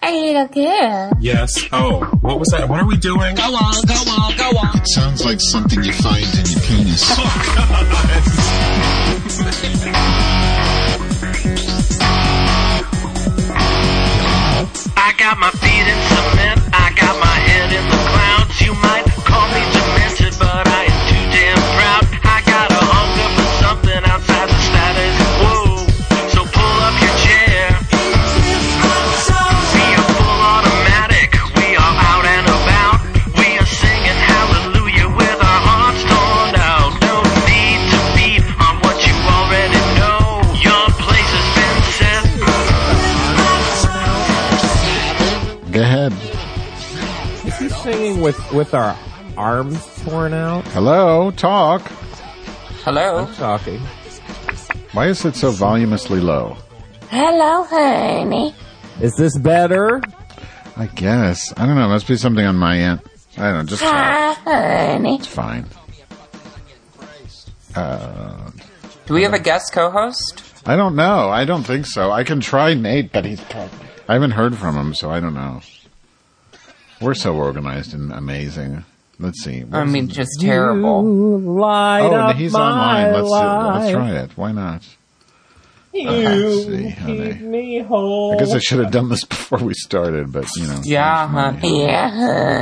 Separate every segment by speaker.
Speaker 1: I don't care.
Speaker 2: Yes. Oh, what was that? What are we doing?
Speaker 3: Go on, go on, go on.
Speaker 4: Sounds like something you find in your penis.
Speaker 5: I got my feet in cement, I got my head in the clouds. You might call me demented, but I am too damn proud. I got a hunger for something outside the status quo. So pull up your chair. We are full automatic, we are out and about. We are singing hallelujah with our hearts torn out. No need to beat on what you already know. Your place has been set.
Speaker 4: Go ahead.
Speaker 6: Is he singing with with our arms torn out?
Speaker 4: Hello, talk.
Speaker 3: Hello.
Speaker 6: Talking.
Speaker 4: Why is it so voluminously low?
Speaker 1: Hello, honey.
Speaker 6: Is this better?
Speaker 4: I guess. I don't know. Must be something on my end. I don't know. Just talk.
Speaker 1: Hi, honey.
Speaker 4: It's fine.
Speaker 3: Do we have a guest co-host?
Speaker 4: I don't know. I don't think so. I can try Nate, but he's. I haven't heard from him, so I don't know. We're so organized and amazing. Let's see.
Speaker 3: I mean, just terrible.
Speaker 6: You light
Speaker 4: oh,
Speaker 6: up
Speaker 4: he's
Speaker 6: my
Speaker 4: online. Let's
Speaker 6: life.
Speaker 4: let's try it. Why not?
Speaker 6: You
Speaker 4: Let's see how
Speaker 6: keep
Speaker 4: they.
Speaker 6: me whole.
Speaker 4: I guess I should have done this before we started, but you know.
Speaker 3: Yeah, honey.
Speaker 1: Yeah,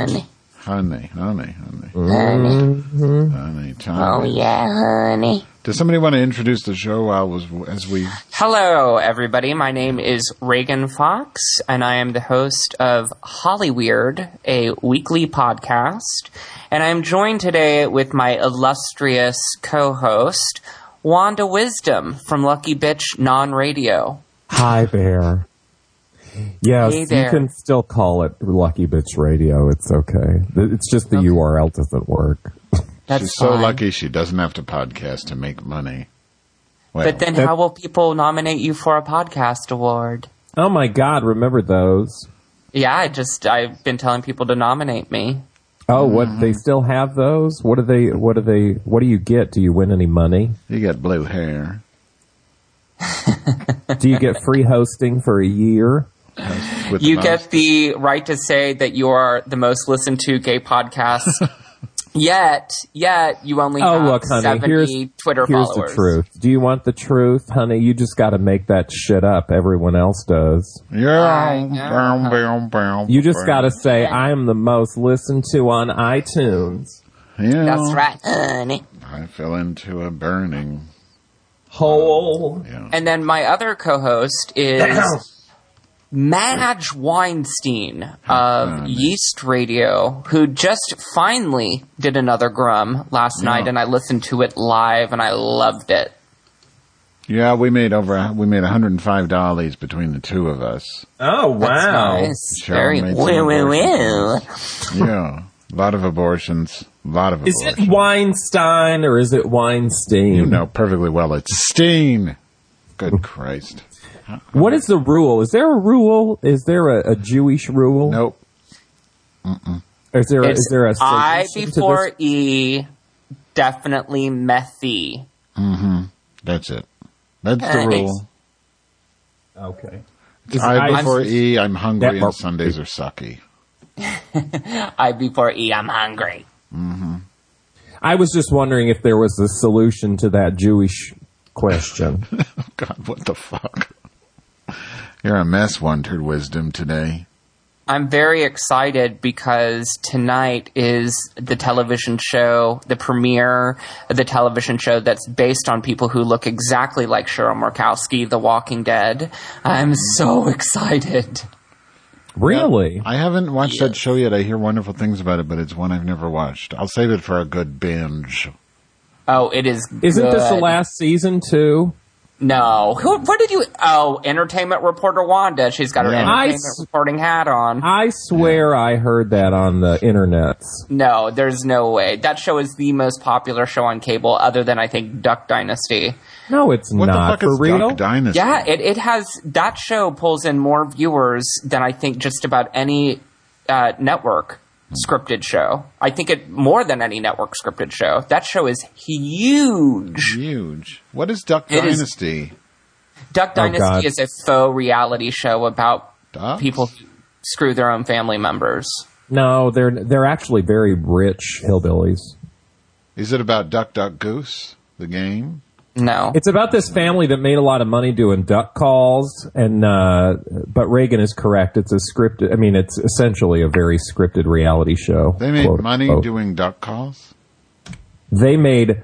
Speaker 1: honey.
Speaker 4: Honey, honey, honey,
Speaker 1: Honey.
Speaker 4: honey,
Speaker 1: Oh,
Speaker 4: Tommy.
Speaker 1: yeah, honey.
Speaker 4: Does somebody want to introduce the show while was as we?
Speaker 3: Hello, everybody. My name is Reagan Fox, and I am the host of Hollyweird, a weekly podcast. And I'm joined today with my illustrious co-host, Wanda Wisdom from Lucky Bitch Non Radio.
Speaker 7: Hi there. Yes,
Speaker 3: Hey there.
Speaker 7: you can still call it Lucky Bitch Radio. It's okay. Th- It's just the URL doesn't work.
Speaker 3: That's
Speaker 4: she's so
Speaker 3: fine.
Speaker 4: lucky she doesn't have to podcast to make money. Well,
Speaker 3: But then, how will people nominate you for a podcast award?
Speaker 7: Oh my God! Remember those?
Speaker 3: Yeah, I just I've been telling people to nominate me.
Speaker 7: Oh, what
Speaker 3: Mm-hmm.
Speaker 7: they still have those? What do they? What do they? What do you get? Do you win any money?
Speaker 4: you got blue hair.
Speaker 7: Do you get free hosting for a year?
Speaker 4: With
Speaker 3: You
Speaker 4: the
Speaker 3: get the right to say that you are the most listened to gay podcast. yet, yet you only
Speaker 7: Oh,
Speaker 3: have
Speaker 7: look, honey.
Speaker 3: seventy
Speaker 7: Here's
Speaker 3: Twitter
Speaker 7: here's
Speaker 3: followers.
Speaker 7: the truth. Do you want the truth, honey? You just got to make that shit up. Everyone else does.
Speaker 4: most- Yeah.
Speaker 3: yeah.
Speaker 4: Bow, bow, bow,
Speaker 7: You just
Speaker 4: bow.
Speaker 7: got to say, "I am the most listened to on iTunes."
Speaker 4: Yeah.
Speaker 7: Oh.
Speaker 3: That's right.
Speaker 1: Honey.
Speaker 4: I fell into a burning. uh,
Speaker 7: Whole.
Speaker 4: Yeah.
Speaker 3: And then my other co-host is Madge Weinstein of Yeast Radio, who just finally did another Grum last night, and I listened to it live, and I loved it.
Speaker 4: yeah, we made over. We made 105 dollars between the two of us.
Speaker 7: Oh wow!
Speaker 3: That's nice.
Speaker 4: Cheryl
Speaker 3: Very
Speaker 4: made some
Speaker 3: woo woo woo.
Speaker 4: Yeah, a lot of abortions. A lot of
Speaker 7: Is
Speaker 4: abortions.
Speaker 7: it Weinstein or is it Weinstein?
Speaker 4: You know perfectly well it's Steen. Good Christ.
Speaker 7: What is the rule? Is there a rule? Is there a, a Jewish rule?
Speaker 4: Nope.
Speaker 7: Is there a,
Speaker 3: It's
Speaker 7: is there a
Speaker 3: I
Speaker 7: solution to
Speaker 3: before
Speaker 7: this?
Speaker 3: E, definitely methy.
Speaker 4: That's it. That's the
Speaker 3: Thanks.
Speaker 4: rule.
Speaker 7: Okay.
Speaker 4: It's I
Speaker 7: I-
Speaker 4: before E, I'm hungry
Speaker 7: Network.
Speaker 4: and Sundays are sucky.
Speaker 3: I before E, I'm hungry.
Speaker 7: I was just wondering if there was a solution to that Jewish question.
Speaker 4: God, what the fuck? You're a mess, Wondered Wisdom, today.
Speaker 3: I'm very excited because tonight is the television show, the premiere, of the television show that's based on people who look exactly like Cheryl Murkowski, The Walking Dead. I'm so excited.
Speaker 7: really?
Speaker 4: I haven't watched that show yet. I hear wonderful things about it, but it's one I've never watched. I'll save it for a good binge.
Speaker 3: Oh, it is.
Speaker 7: Isn't this the
Speaker 3: good.
Speaker 7: last season too?
Speaker 3: No. Who? What did you? Oh, Entertainment Reporter Wanda. She's got her
Speaker 4: Yeah.
Speaker 3: entertainment
Speaker 7: I s-
Speaker 3: reporting hat on.
Speaker 7: I swear I heard that on the internets.
Speaker 3: No, there's no way. That show is the most popular show on cable, other than I think Duck Dynasty.
Speaker 7: No, it's
Speaker 4: What
Speaker 7: not
Speaker 4: the fuck is
Speaker 7: for real.
Speaker 4: Duck Dynasty?
Speaker 3: Yeah, it, it has that show pulls in more viewers than I think just about any uh, network scripted show. I think it more than any network scripted show. That show is huge.
Speaker 4: Huge. What is Duck
Speaker 3: It is-
Speaker 4: Dynasty?
Speaker 3: Duck
Speaker 7: God.
Speaker 3: Dynasty is a faux reality show about
Speaker 4: Ducks?
Speaker 3: people screw their own family members.
Speaker 7: No, they're they're actually very rich hillbillies.
Speaker 4: Is it about Duck Duck Goose, the game?
Speaker 3: No.
Speaker 7: It's about this family that made a lot of money doing duck calls, and uh, but Reagan is correct. It's a scripted. I mean, it's essentially a very scripted reality show.
Speaker 4: They made
Speaker 7: quote,
Speaker 4: money
Speaker 7: unquote.
Speaker 4: doing duck calls.
Speaker 7: They made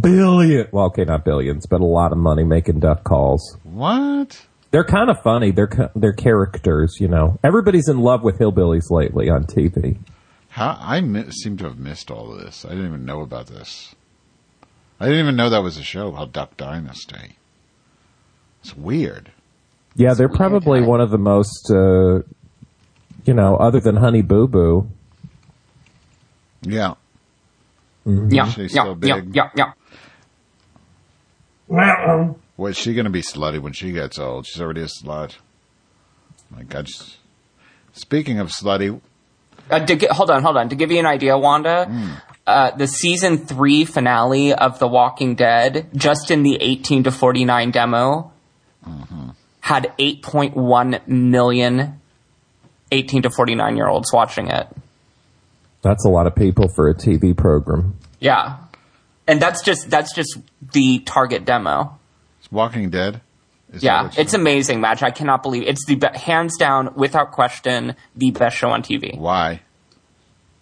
Speaker 7: billion. Well, okay, not billions, but a lot of money making duck calls.
Speaker 4: What?
Speaker 7: They're kind of funny. They're ki- they're characters, you know. Everybody's in love with hillbillies lately on TV.
Speaker 4: How I mi- seem to have missed all of this. I didn't even know about this. I didn't even know that was a show called Duck Dynasty. It's weird.
Speaker 7: Yeah, they're probably one of the most, uh, you know, other than Honey Boo Boo.
Speaker 4: Yeah.
Speaker 3: yeah,
Speaker 4: she's
Speaker 3: yeah,
Speaker 4: so
Speaker 3: yeah,
Speaker 4: big.
Speaker 3: yeah, yeah.
Speaker 4: What's she going to be slutty when she gets old? She's already a slut. My God. she's- Speaking of slutty,
Speaker 3: Uh, to gi- hold on, hold on. To give you an idea, Wanda, uh, the season three finale of The Walking Dead, just in the 18 to 49 demo, had 8.1 million 18 to 49 year olds watching it.
Speaker 7: That's a lot of people for a TV program.
Speaker 3: Yeah. And that's just that's just the target demo.
Speaker 4: it's Walking Dead. Is that
Speaker 3: Yeah,
Speaker 4: what she-
Speaker 3: it's amazing match. I cannot believe it's the be- hands down, without question, the best show on TV.
Speaker 4: Why?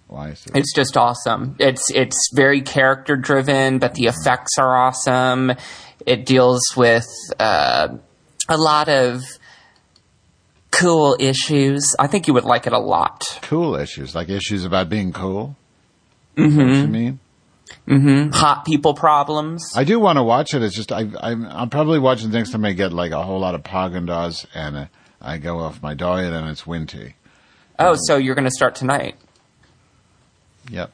Speaker 4: Why is it?
Speaker 3: It's just awesome. It's it's very character driven, but the effects are awesome. It deals with uh, a lot of cool issues. I think you would like it a lot.
Speaker 4: cool issues, like issues about being cool. What
Speaker 3: Mm-hmm.
Speaker 4: you mean?
Speaker 3: Hot people problems.
Speaker 4: I do want to watch it. It's just I, I'm, I'm probably watching things that may get like a whole lot of Paagen Dazs, and uh, I go off my diet, and it's winty.
Speaker 3: oh, so you're going to start tonight?
Speaker 4: Yep.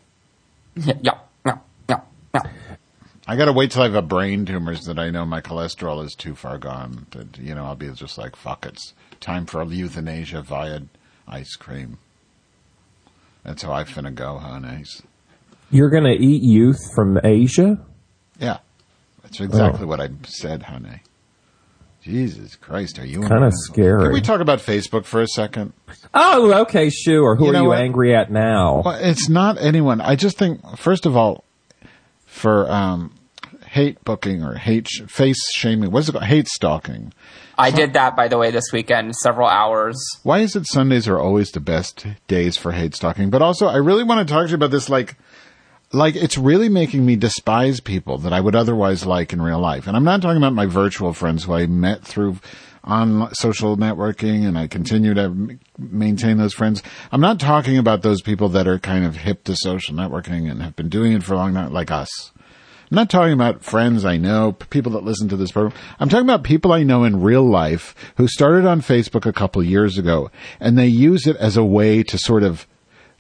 Speaker 3: Yeah, yeah, yeah, yeah. yeah.
Speaker 4: I gotta wait till I have a brain tumors that I know my cholesterol is too far gone. That you know I'll be just like fuck. It's time for euthanasia via ice cream. That's how I finna go, honeys.
Speaker 7: You're going to eat youth from Asia?
Speaker 4: Yeah, that's exactly what I said, honey. Jesus Christ, are you
Speaker 7: Kind
Speaker 4: Can we
Speaker 7: of scary.
Speaker 4: talk about Facebook for a second?
Speaker 7: oh, okay, sure. Who
Speaker 4: You
Speaker 7: are
Speaker 4: know
Speaker 7: you
Speaker 4: what?
Speaker 7: angry at now?
Speaker 4: Well, it's not anyone. I just think, first of all, for um, hate booking or hate sh- face shaming, what's it called? Hate stalking.
Speaker 3: I did that by the way this weekend, several hours.
Speaker 4: Why is it Sundays are always the best days for hate stalking? But also, I really want to talk to you about this. Like, like it's really making me despise people that I would otherwise like in real life. And I'm not talking about my virtual friends who I met through on social networking and I continue to m- maintain those friends. I'm not talking about those people that are kind of hip to social networking and have been doing it for a long time, like us. I'm not talking about friends I know, p- people that listen to this program. I'm talking about people I know in real life who started on Facebook a couple years ago and they use it as a way to sort of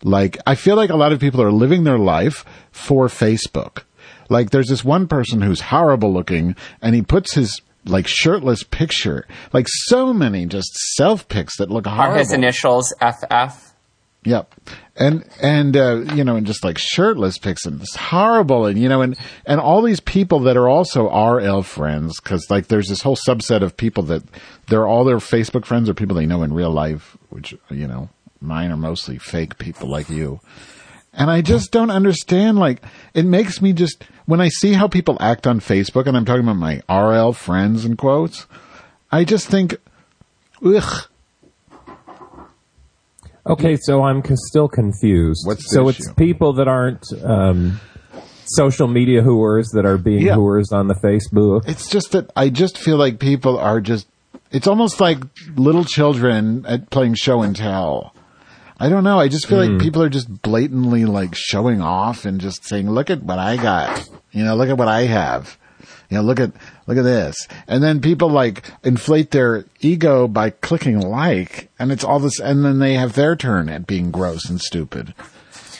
Speaker 4: like, I feel like a lot of people are living their life for Facebook. Like there's this one person who's horrible looking and he puts his like shirtless picture, like so many just self pics that look horrible.
Speaker 3: Are his initials FF?
Speaker 4: Yep. And and uh, you know, and just like shirtless pics and it's horrible, and you know, and and all these people that are also RL friends because like there's this whole subset of people that they're all their Facebook friends are people they know in real life, which you know, mine are mostly fake people like you. And I just don't understand. Like, it makes me just, when I see how people act on Facebook, and I'm talking about my RL friends in quotes, I just think, ugh,
Speaker 7: okay, so I'm c- still confused.
Speaker 4: What's the
Speaker 7: so
Speaker 4: issue?
Speaker 7: it's people that aren't um, social media whores that are being
Speaker 4: Yeah.
Speaker 7: whores on the Facebook.
Speaker 4: It's just that I just feel like people are just. It's almost like little children at playing show and tell. I don't know. I just feel like people are just blatantly like showing off and just saying, "Look at what I got." You know, look at what I have. You know, look at look at this. And then people like inflate their ego by clicking like, and it's all this. And then they have their turn at being gross and stupid.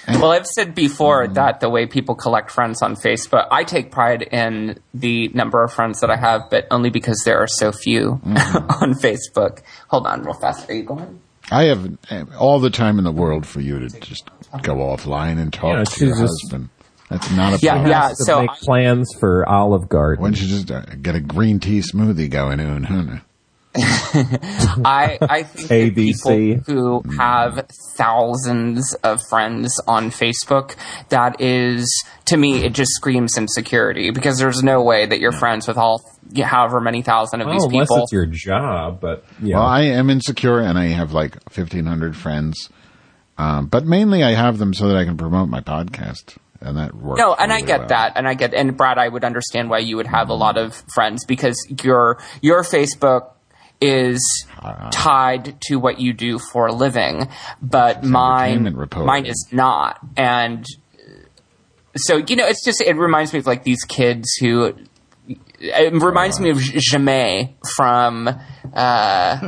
Speaker 3: Well, I've said before
Speaker 7: Mm-hmm.
Speaker 3: that the way people collect friends on Facebook, I take pride in the number of friends that I have, but only because there are so few
Speaker 7: Mm-hmm.
Speaker 3: on Facebook. Hold on, real fast. Are you going?
Speaker 4: I have eh, all the time in the world for you to just go offline and talk
Speaker 7: Yeah,
Speaker 4: to your
Speaker 7: she's just-
Speaker 4: husband. That's not a
Speaker 3: Yeah,
Speaker 4: problem.
Speaker 3: yeah.
Speaker 7: To
Speaker 3: Uh, So
Speaker 7: make plans for Olive Garden.
Speaker 4: Why don't you just uh, get a green tea smoothie going, Unhuna?
Speaker 3: I I think that
Speaker 7: ABC.
Speaker 3: people who have thousands of friends on Facebook, that is to me it just screams insecurity because there's no way that you're friends with all however many thousand of these
Speaker 7: Oh, unless
Speaker 3: people.
Speaker 7: it's your job, but yeah.
Speaker 4: Well, I am insecure and I have like 1,500 friends. Um, but mainly I have them so that I can promote my podcast. And that works.
Speaker 3: No, and I
Speaker 4: really
Speaker 3: get
Speaker 4: well.
Speaker 3: that, and I get, and Brad, I would understand why you would have a lot of friends because your your Facebook is
Speaker 4: Uh-huh.
Speaker 3: tied to what you do for a living, but mine
Speaker 4: entertainment reporting.
Speaker 3: mine is not, and so you know, it's just it reminds me of like these kids who. It reminds
Speaker 4: Uh-huh.
Speaker 3: me of Jamais from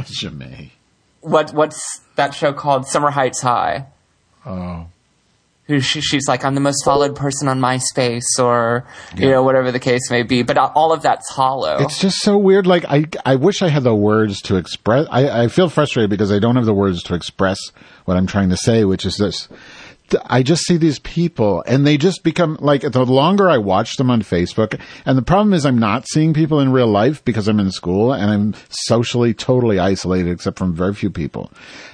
Speaker 4: Jimmy.
Speaker 3: what what's that show called? Summer Heights High.
Speaker 4: Oh.
Speaker 3: who she, she's like, I'm the most followed person on MySpace, or you know, whatever the case may be. But all of that's hollow.
Speaker 4: It's just so weird. Like I, I wish I had the words to express. I, I feel frustrated because I don't have the words to express what I'm trying to say, which is this. Th- I just see these people and they just become like the longer I watch them on Facebook. And the problem is I'm not seeing people in real life because I'm in school and I'm socially totally isolated except from very few people.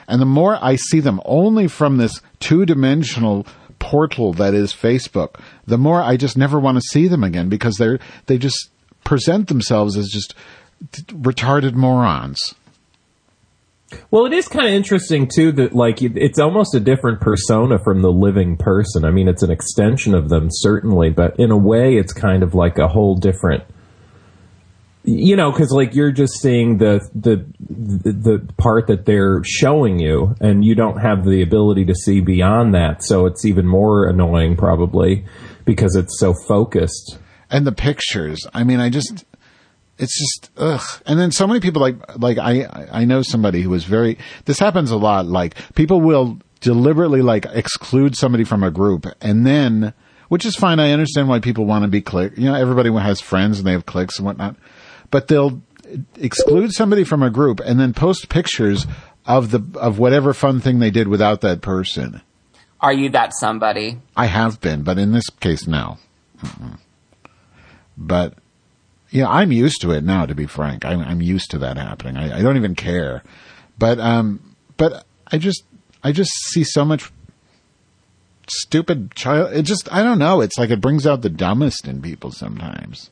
Speaker 4: And the more I see them only from this two dimensional portal that is Facebook, the more I just never want to see them again because they're, they just, present themselves as just t- retarded morons.
Speaker 7: Well, it is kind of interesting too that like it- it's almost a different persona from the living person. I mean, it's an extension of them certainly, but in a way, it's kind of like a whole different. You know, because like you're just seeing the, the the the part that they're showing you, and you don't have the ability to see beyond that. So it's even more annoying, probably, because it's so focused.
Speaker 4: And the pictures, I mean, I just, it's just, ugh. And then so many people like, like I, I know somebody who was very, this happens a lot. Like people will deliberately like exclude somebody from a group and then, which is fine. I understand why people want to be click. You know, everybody has friends and they have cliques and whatnot, but they'll exclude somebody from a group and then post pictures of the, of whatever fun thing they did without that person.
Speaker 3: Are you that somebody?
Speaker 4: I have been, but in this case, no. Mm-mm. But yeah, I'm used to it now. To be frank, I'm, I'm used to that happening. I, I don't even care. But um, but I just I just see so much stupid child. It just I don't know. It's like it brings out the dumbest in people sometimes.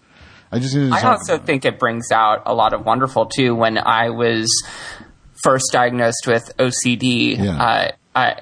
Speaker 4: I just need to
Speaker 3: I
Speaker 4: talk
Speaker 3: also
Speaker 4: about it.
Speaker 3: think it brings out a lot of wonderful too. When I was first diagnosed with OCD,
Speaker 4: Yeah.
Speaker 3: uh, I,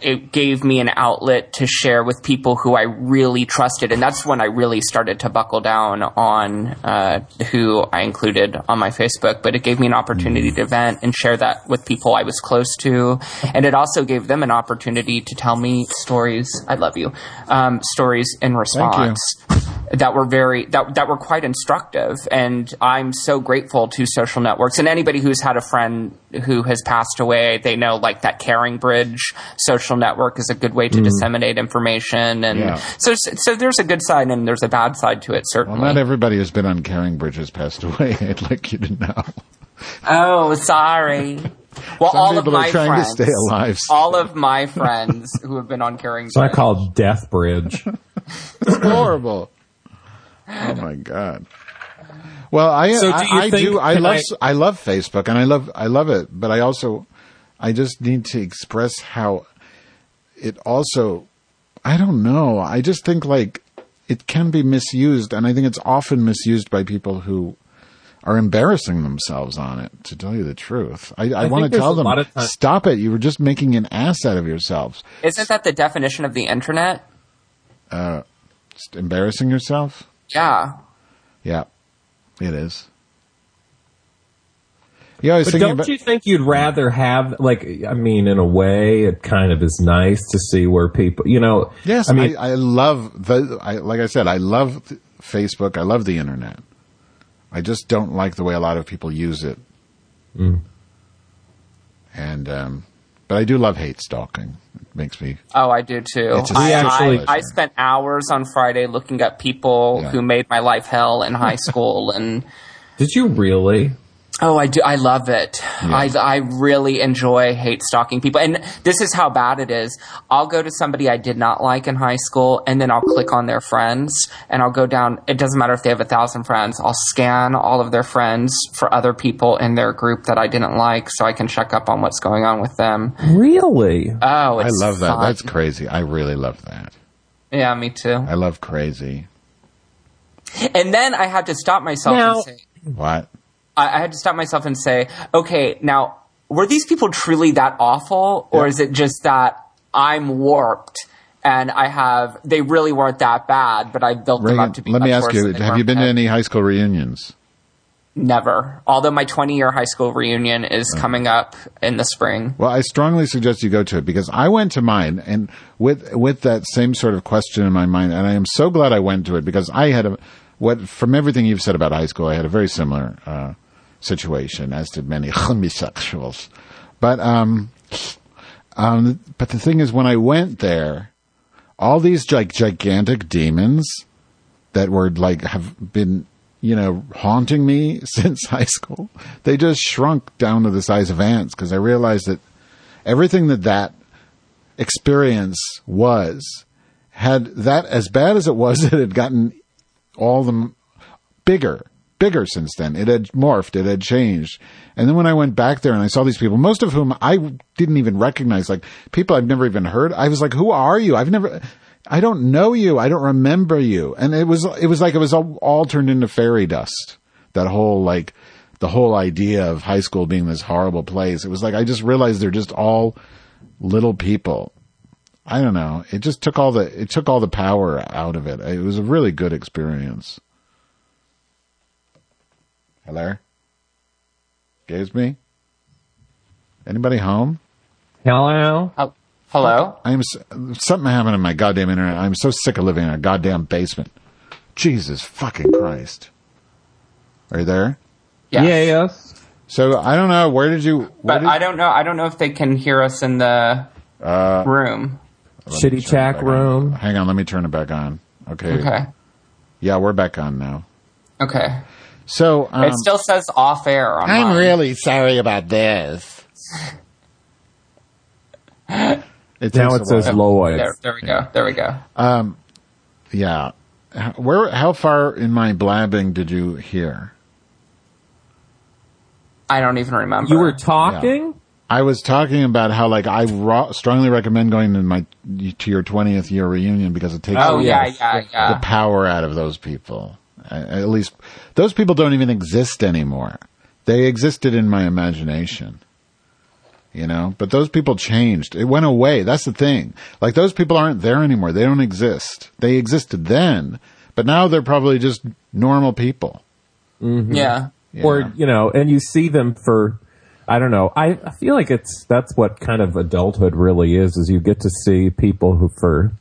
Speaker 3: it gave me an outlet to share with people who I really trusted, and that's when I really started to buckle down on uh, who I included on my Facebook. But it gave me an opportunity to vent and share that with people I was close to, and it also gave them an opportunity to tell me stories. I love you, um, stories in response that were very that that were quite instructive and I'm so grateful to social networks and anybody who's had a friend who has passed away they know like that caring bridge social network is a good way to disseminate information and
Speaker 4: Hmm. Yeah.
Speaker 3: so so there's a good side and there's a bad side to it certainly
Speaker 4: Well, not everybody who's been on Caring Bridges passed away. I'd like you to know.
Speaker 3: oh sorry well
Speaker 4: Some
Speaker 3: all of
Speaker 4: people
Speaker 3: my
Speaker 4: are trying
Speaker 3: friends
Speaker 4: to stay alive.
Speaker 3: all of my friends who have been on caring
Speaker 7: So I call Death Bridge.
Speaker 4: horrible. Oh my god. Well, I
Speaker 7: So do
Speaker 4: I,
Speaker 7: you
Speaker 4: I
Speaker 7: think-
Speaker 4: do I
Speaker 7: can
Speaker 4: love
Speaker 7: I-
Speaker 4: s- I, love Facebook and I love I love it, but I also I just need to express how it also I don't know. I just think like it can be misused and I think it's often misused by people who are embarrassing themselves on it, to tell you the truth. I, I,
Speaker 7: think
Speaker 4: want to
Speaker 7: there's
Speaker 4: tell
Speaker 7: a
Speaker 4: them,
Speaker 7: lot of time-
Speaker 4: stop it. You were just making an ass out of yourselves.
Speaker 3: isn't that the definition of the internet
Speaker 4: Just embarrassing yourself?
Speaker 3: yeah
Speaker 4: Yeah, it is. Yeah, I was
Speaker 7: But
Speaker 4: thinking
Speaker 7: don't
Speaker 4: about.
Speaker 7: you think you'd rather have like I mean, in a way, it kind of is nice to see where people, you know.
Speaker 4: yes,
Speaker 7: I mean,
Speaker 4: I, love the. I, like I said, I love th- Facebook. I love the internet. I just don't like the way a lot of people use it.
Speaker 7: Mm.
Speaker 4: And um, but I do love hate stalking. It makes me.
Speaker 3: Oh, I do too.
Speaker 4: It's a
Speaker 3: I,
Speaker 7: actually-
Speaker 3: I, I spent hours on Friday looking up people
Speaker 4: Yeah.
Speaker 3: who made my life hell in high school, and
Speaker 7: did you really?
Speaker 3: Oh, I do. I love it. I, I really enjoy hate stalking people. And this is how bad it is. I'll go to somebody I did not like in high school and then I'll click on their friends and I'll go down. It doesn't matter if they have a thousand friends. I'll scan all of their friends for other people in their group that I didn't like so I can check up on what's going on with them.
Speaker 7: Really?
Speaker 3: Oh, it's
Speaker 4: I love that.
Speaker 3: fun.
Speaker 4: That's crazy. I really love that.
Speaker 3: yeah, me too.
Speaker 4: I love crazy.
Speaker 3: And then I had to stop myself
Speaker 7: Now-
Speaker 3: and say,
Speaker 4: What?
Speaker 3: I, I had to stop myself and say, okay, now were these people truly that awful, or
Speaker 4: Yeah.
Speaker 3: is it just that I'm warped and I have they really weren't that bad, but I built them
Speaker 4: Reagan,
Speaker 3: up to be.
Speaker 4: let me
Speaker 3: much
Speaker 4: ask
Speaker 3: worse
Speaker 4: you:
Speaker 3: than they
Speaker 4: Have
Speaker 3: were.
Speaker 4: you been to any high school reunions?
Speaker 3: Never. Although my 20 year high school reunion is coming up in the spring.
Speaker 4: Well, I strongly suggest you go to it because I went to mine and with with that same sort of question in my mind, and I am so glad I went to it because I had a what from everything you've said about high school, I had a very similar uh, situation, as did many homosexuals. But um, um, but the thing is, when I went there, all these like gigantic demons that were like have been you know haunting me since high school they just shrunk down to the size of ants because i realized that everything that that experience was had that as bad as it was it had gotten all the m- bigger bigger since then it had morphed it had changed and then when i went back there and i saw these people most of whom i didn't even recognize like people i've never even heard i was like who are you i've never i don't know you i don't remember you and it was it was like it was all, all turned into fairy dust that whole like the whole idea of high school being this horrible place it was like i just realized they're just all little people i don't know it just took all the it took all the power out of it it was a really good experience hello gives me anybody home
Speaker 7: Hello?
Speaker 3: Oh, hello?
Speaker 4: i am s- something happened in my goddamn internet i'm so sick of living in a goddamn basement jesus fucking christ are you there
Speaker 3: Yes.
Speaker 7: Yeah, yes.
Speaker 4: so i don't know where did you where
Speaker 3: But
Speaker 4: did,
Speaker 3: I don't know. I don't know if they can hear us in the
Speaker 4: Uh,
Speaker 3: room.
Speaker 4: Let me
Speaker 7: Shitty
Speaker 4: turn it
Speaker 7: tack
Speaker 4: back on.
Speaker 7: room.
Speaker 4: Hang on, let me turn it back on. Okay.
Speaker 3: Okay.
Speaker 4: Yeah, we're back on now.
Speaker 3: Okay.
Speaker 4: So um,
Speaker 3: it still says off air. On
Speaker 4: I'm
Speaker 3: mine.
Speaker 4: really sorry about this. It
Speaker 7: Now
Speaker 4: takes
Speaker 7: it
Speaker 4: a while.
Speaker 7: says Lloyd.
Speaker 3: There, there we go. There we go.
Speaker 4: yeah. H- Where? How far in my blabbing did you hear?
Speaker 3: I don't even remember.
Speaker 7: You were talking?
Speaker 4: I was talking about how like I ro- strongly recommend going to my to your twentieth year reunion because it takes
Speaker 3: Oh
Speaker 4: away
Speaker 3: yeah,
Speaker 4: the-
Speaker 3: yeah, yeah.
Speaker 4: the power out of those people. A- At least those people don't even exist anymore. They existed in my imagination. You know, but those people changed. It went away. That's the thing. Like those people aren't there anymore. They don't exist. They existed then, but now they're probably just normal people.
Speaker 3: Yeah.
Speaker 4: you know?
Speaker 7: Or, you know, and you see them for, I don't know. I, I feel like it's, that's what kind of adulthood really is, is you get to see people who for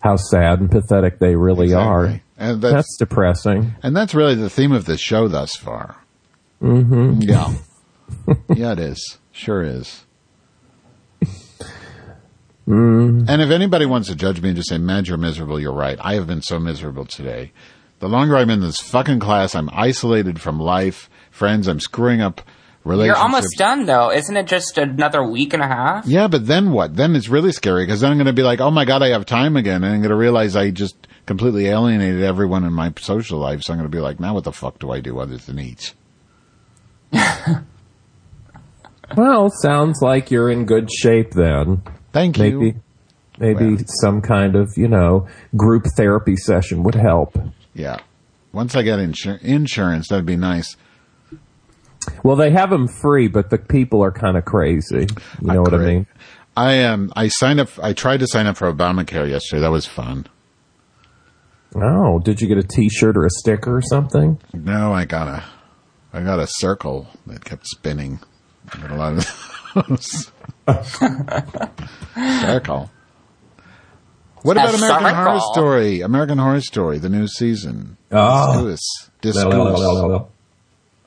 Speaker 7: how sad and pathetic they really
Speaker 4: Exactly.
Speaker 7: are.
Speaker 4: And
Speaker 7: That's,
Speaker 4: that's
Speaker 7: depressing.
Speaker 4: And that's really the theme of the show thus far. Mm-hmm. Yeah. yeah, it is. Sure is. And if anybody wants to judge me and just say, Mad, you're miserable, you're right. I have been so miserable today. The longer I'm in this fucking class, I'm isolated from life, friends, I'm screwing up relationships.
Speaker 3: You're almost done though, isn't it? Just another week and a half.
Speaker 4: Yeah, but then what? Then it's really scary because then I'm going to be like, oh my God, I have time again. And I'm going to realize I just completely alienated everyone in my social life. So I'm going to be like, now what the fuck do I do other than eat?
Speaker 7: Well, sounds like you're in good shape then.
Speaker 4: Thank you.
Speaker 7: Maybe, maybe
Speaker 4: Well.
Speaker 7: some kind of, you know, group therapy session would help.
Speaker 4: Yeah. Once I get insur- insurance, that'd be nice.
Speaker 7: Well, they have them free, but the people are kind of crazy. You know what I
Speaker 4: Great.
Speaker 7: mean?
Speaker 4: I um I signed up. I tried to sign up for Obamacare yesterday. That was fun.
Speaker 7: Oh, did you get a T-shirt or a sticker or something?
Speaker 4: No, I got a I got a circle that kept spinning. I got a lot of those. circle. What
Speaker 3: A
Speaker 4: about American
Speaker 3: circle.
Speaker 4: Horror Story? American Horror Story, the new season.
Speaker 7: Oh.
Speaker 4: Discuss. Discuss.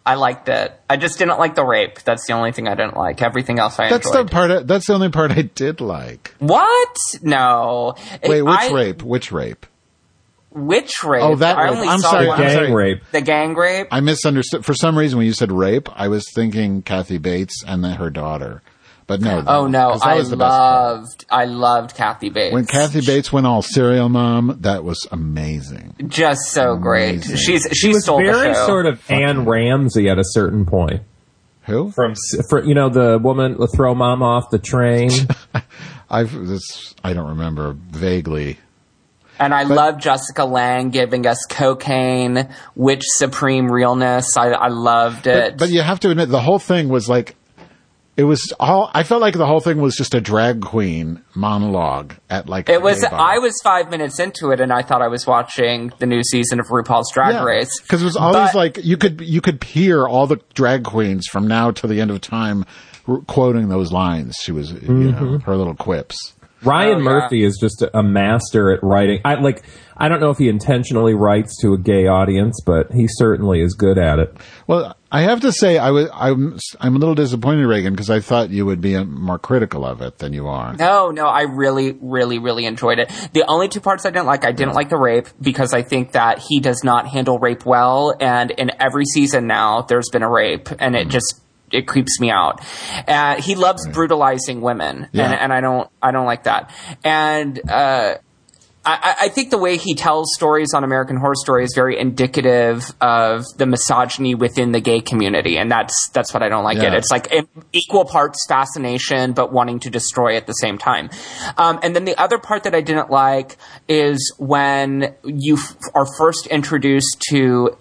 Speaker 3: I liked it. I just didn't like the rape. That's the only thing I didn't like. Everything else I
Speaker 4: That's the
Speaker 3: enjoyed.
Speaker 4: part. I, that's the only part I did like.
Speaker 3: what? No.
Speaker 4: Wait,
Speaker 3: It-
Speaker 4: which
Speaker 3: I-
Speaker 4: rape? Which rape?
Speaker 3: Which rape?
Speaker 4: Oh, that
Speaker 3: I
Speaker 4: rape.
Speaker 3: only
Speaker 4: I'm
Speaker 3: saw
Speaker 4: sorry,
Speaker 3: one.
Speaker 4: gang
Speaker 7: Gang rape.
Speaker 3: The gang rape.
Speaker 4: I misunderstood. For some reason, when you said rape, I was thinking Kathy Bates and then her daughter. But no.
Speaker 3: Oh no,
Speaker 4: 'cause that
Speaker 3: I
Speaker 4: was the best part.
Speaker 3: loved I loved Kathy Bates.
Speaker 4: When Kathy Bates went all serial mom, that was amazing.
Speaker 3: just so great.
Speaker 4: Amazing.
Speaker 3: She's she,
Speaker 7: She was
Speaker 3: stole
Speaker 7: very
Speaker 3: the show.
Speaker 7: sort of Anne Ramsey at a certain point.
Speaker 4: Who?
Speaker 7: From s- for, you know the woman would throw mom off the train.
Speaker 3: Oh,
Speaker 4: I've this. I don't remember vaguely.
Speaker 3: and I love Jessica Lang giving us cocaine, which supreme realness. I, I loved it.
Speaker 4: But you have to admit, the whole thing was like, it was all. I felt like the whole thing was just a drag queen monologue at like.
Speaker 3: it was
Speaker 4: a gay bar.
Speaker 3: I was five minutes into it and I thought I was watching the new season of RuPaul's Drag Race.
Speaker 4: because it was always
Speaker 3: But-
Speaker 4: like you could you could hear all the drag queens from now till the end of time r- quoting those lines. She was you know her little quips.
Speaker 7: Ryan
Speaker 3: Oh, yeah.
Speaker 7: Murphy is just a, a master at writing. I like. I don't know if he intentionally writes to a gay audience, but he certainly is good at it.
Speaker 4: Well, I have to say I was I'm I'm a little disappointed, Reagan, because I thought you would be uh, more critical of it than you are.
Speaker 3: No, no, I really, really, really enjoyed it. The only two parts I didn't like, I didn't like the rape because I think that he does not handle rape well. And in every season now, there's been a rape and
Speaker 4: Mm.
Speaker 3: it just, it creeps me out. Uh, he loves brutalizing women
Speaker 4: Yeah.
Speaker 3: and, and I don't, I don't like that. And, uh, I, I- I think the way he tells stories on American Horror Story is very indicative of the misogyny within the gay community, and that's that's what I don't like. It
Speaker 4: Yeah.
Speaker 3: it's like em- equal parts fascination, but wanting to destroy at the same time. Um, and then the other part that I didn't like is when you f- are first introduced to.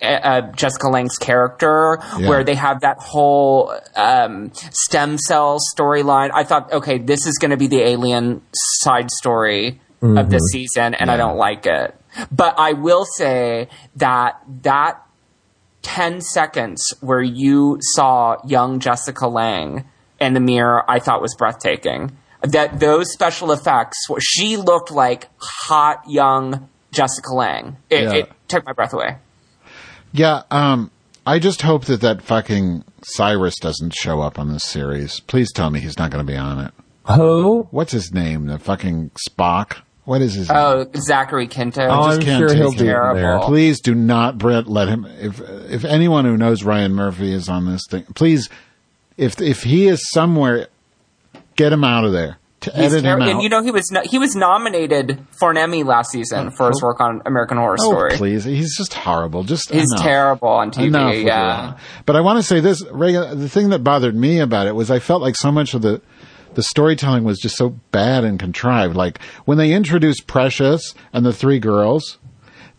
Speaker 3: uh, Uh, Jessica Lang's character,
Speaker 4: Yeah.
Speaker 3: where they have that whole um, stem cell storyline. I thought, okay, this is going to be the alien side story of this season, and I don't like it. But I will say that that 10 seconds where you saw young Jessica Lang in the mirror, I thought was breathtaking. That those special effects, were- she looked like hot young Jessica Lang. It,
Speaker 4: Yeah.
Speaker 3: it took my breath away.
Speaker 4: Yeah, um, I just hope that that fucking Cyrus doesn't show up on this series. Please tell me he's not going to be on it.
Speaker 7: Who?
Speaker 4: What's his name? The fucking Spock. What is his? name?
Speaker 3: Oh, Zachary Quinto.
Speaker 7: Oh,
Speaker 4: just
Speaker 7: I'm
Speaker 4: can't
Speaker 7: sure
Speaker 4: take
Speaker 7: he'll
Speaker 4: it.
Speaker 7: be in there.
Speaker 3: Terrible.
Speaker 4: Please do not, Brent. Let him. If if anyone who knows Ryan Murphy is on this thing, please, if if he is somewhere, get him out of there. To
Speaker 3: He's
Speaker 4: edit
Speaker 3: ter-
Speaker 4: him out.
Speaker 3: and you know he was no- he was nominated for an Emmy last season for his work on American Horror
Speaker 4: oh,
Speaker 3: Story.
Speaker 4: please, he's just horrible. Just
Speaker 3: He's
Speaker 4: enough.
Speaker 3: terrible on TV.
Speaker 4: Enough with
Speaker 3: yeah,
Speaker 4: that. But I want to say this, Ray, uh, the thing that bothered me about it was I felt like so much of the the storytelling was just so bad and contrived. Like when they introduced Precious and the three girls,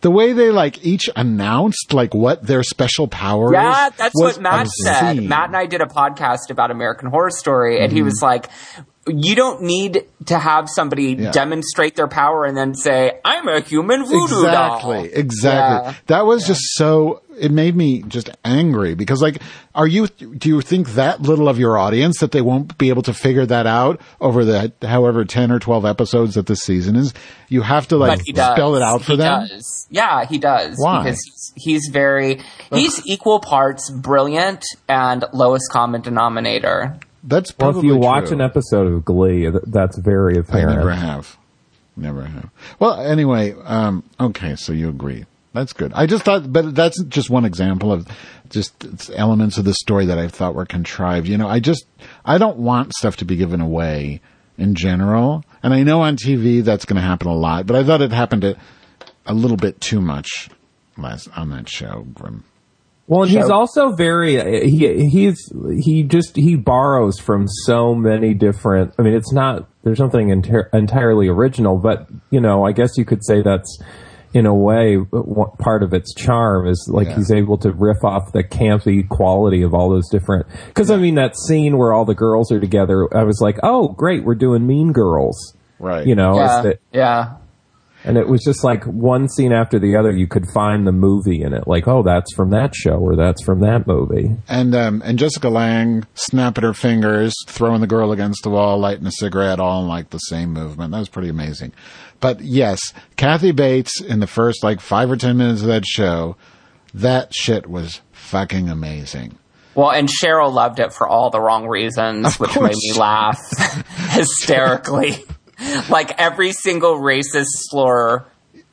Speaker 4: the way they like each announced like what their special power
Speaker 3: Yeah,
Speaker 4: is.
Speaker 3: that's
Speaker 4: was
Speaker 3: what Matt said.
Speaker 4: obscene.
Speaker 3: Matt and I did a podcast about American Horror Story, and he
Speaker 4: Mm-hmm.
Speaker 3: was like, "You don't need to have somebody
Speaker 4: Yeah.
Speaker 3: demonstrate their power and then say, "I'm a human voodoo doll."
Speaker 4: Exactly. Exactly.
Speaker 3: Yeah.
Speaker 4: That was just so. It made me just angry because, like, are you? Do you think that little of your audience that they won't be able to figure that out over the however ten or twelve episodes that this season is? You have to like
Speaker 3: But he does.
Speaker 4: spell it out for
Speaker 3: he
Speaker 4: them.
Speaker 3: Does. Yeah, he does.
Speaker 4: Why?
Speaker 3: Because he's, he's very he's equal parts brilliant and lowest common denominator.
Speaker 4: That's
Speaker 7: Well,
Speaker 4: probably
Speaker 7: if you watch
Speaker 4: true.
Speaker 7: an episode of Glee, th- that's very
Speaker 4: I
Speaker 7: apparent.
Speaker 4: never have. Never have. Well, anyway, um, okay, so you agree. That's good. I just thought, but that's just one example of just elements of the story that I thought were contrived. You know, I just, I don't want stuff to be given away in general. And I know on TV that's going to happen a lot, but I thought it happened a, a little bit too much last on that show. Grim.
Speaker 7: Well, and he's
Speaker 3: show.
Speaker 7: also very he he's he just he borrows from so many different. I mean, it's not there's nothing enter, entirely original, but you know, I guess you could say that's in a way what- part of its charm is like
Speaker 4: Yeah.
Speaker 7: he's able to riff off the campy quality of all those different. Because I mean, that scene where all the girls are together, I was like, oh, great, we're doing Mean Girls,
Speaker 4: Right.
Speaker 7: you know,
Speaker 3: yeah,
Speaker 7: is that-
Speaker 3: yeah.
Speaker 7: and it was just like one scene after the other, you could find the movie in it. Like, oh, that's from that show or that's from that movie.
Speaker 4: And, um, and Jessica Lang snapping her fingers, throwing the girl against the wall, lighting a cigarette, all in like the same movement. That was pretty amazing. But yes, Kathy Bates in the first like five or 10 minutes of that show, that shit was fucking amazing.
Speaker 3: Well, and Cheryl loved it for all the wrong reasons, which
Speaker 4: course.
Speaker 3: made me laugh hysterically. like every single racist slur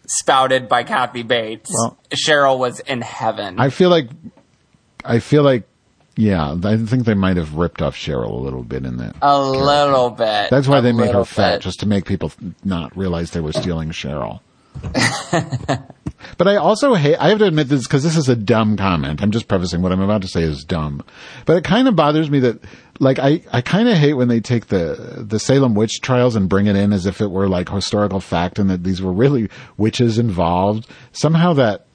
Speaker 3: spouted by Kathy Bates,
Speaker 4: Well-
Speaker 3: Cheryl was in heaven.
Speaker 4: I feel like, I feel like, yeah, I think they might have ripped off Cheryl a little bit in that.
Speaker 3: a little bit.
Speaker 4: That's why
Speaker 3: A
Speaker 4: they made
Speaker 3: little
Speaker 4: her fat,
Speaker 3: bit.
Speaker 4: just to make people not realize they were stealing Cheryl. but I also hate, I have to admit this because this is a dumb comment. I'm just prefacing what I'm about to say is dumb. But it kind of bothers me that, like, I, I kind of hate when they take the, the Salem witch trials and bring it in as if it were like historical fact and that these were really witches involved. Somehow that,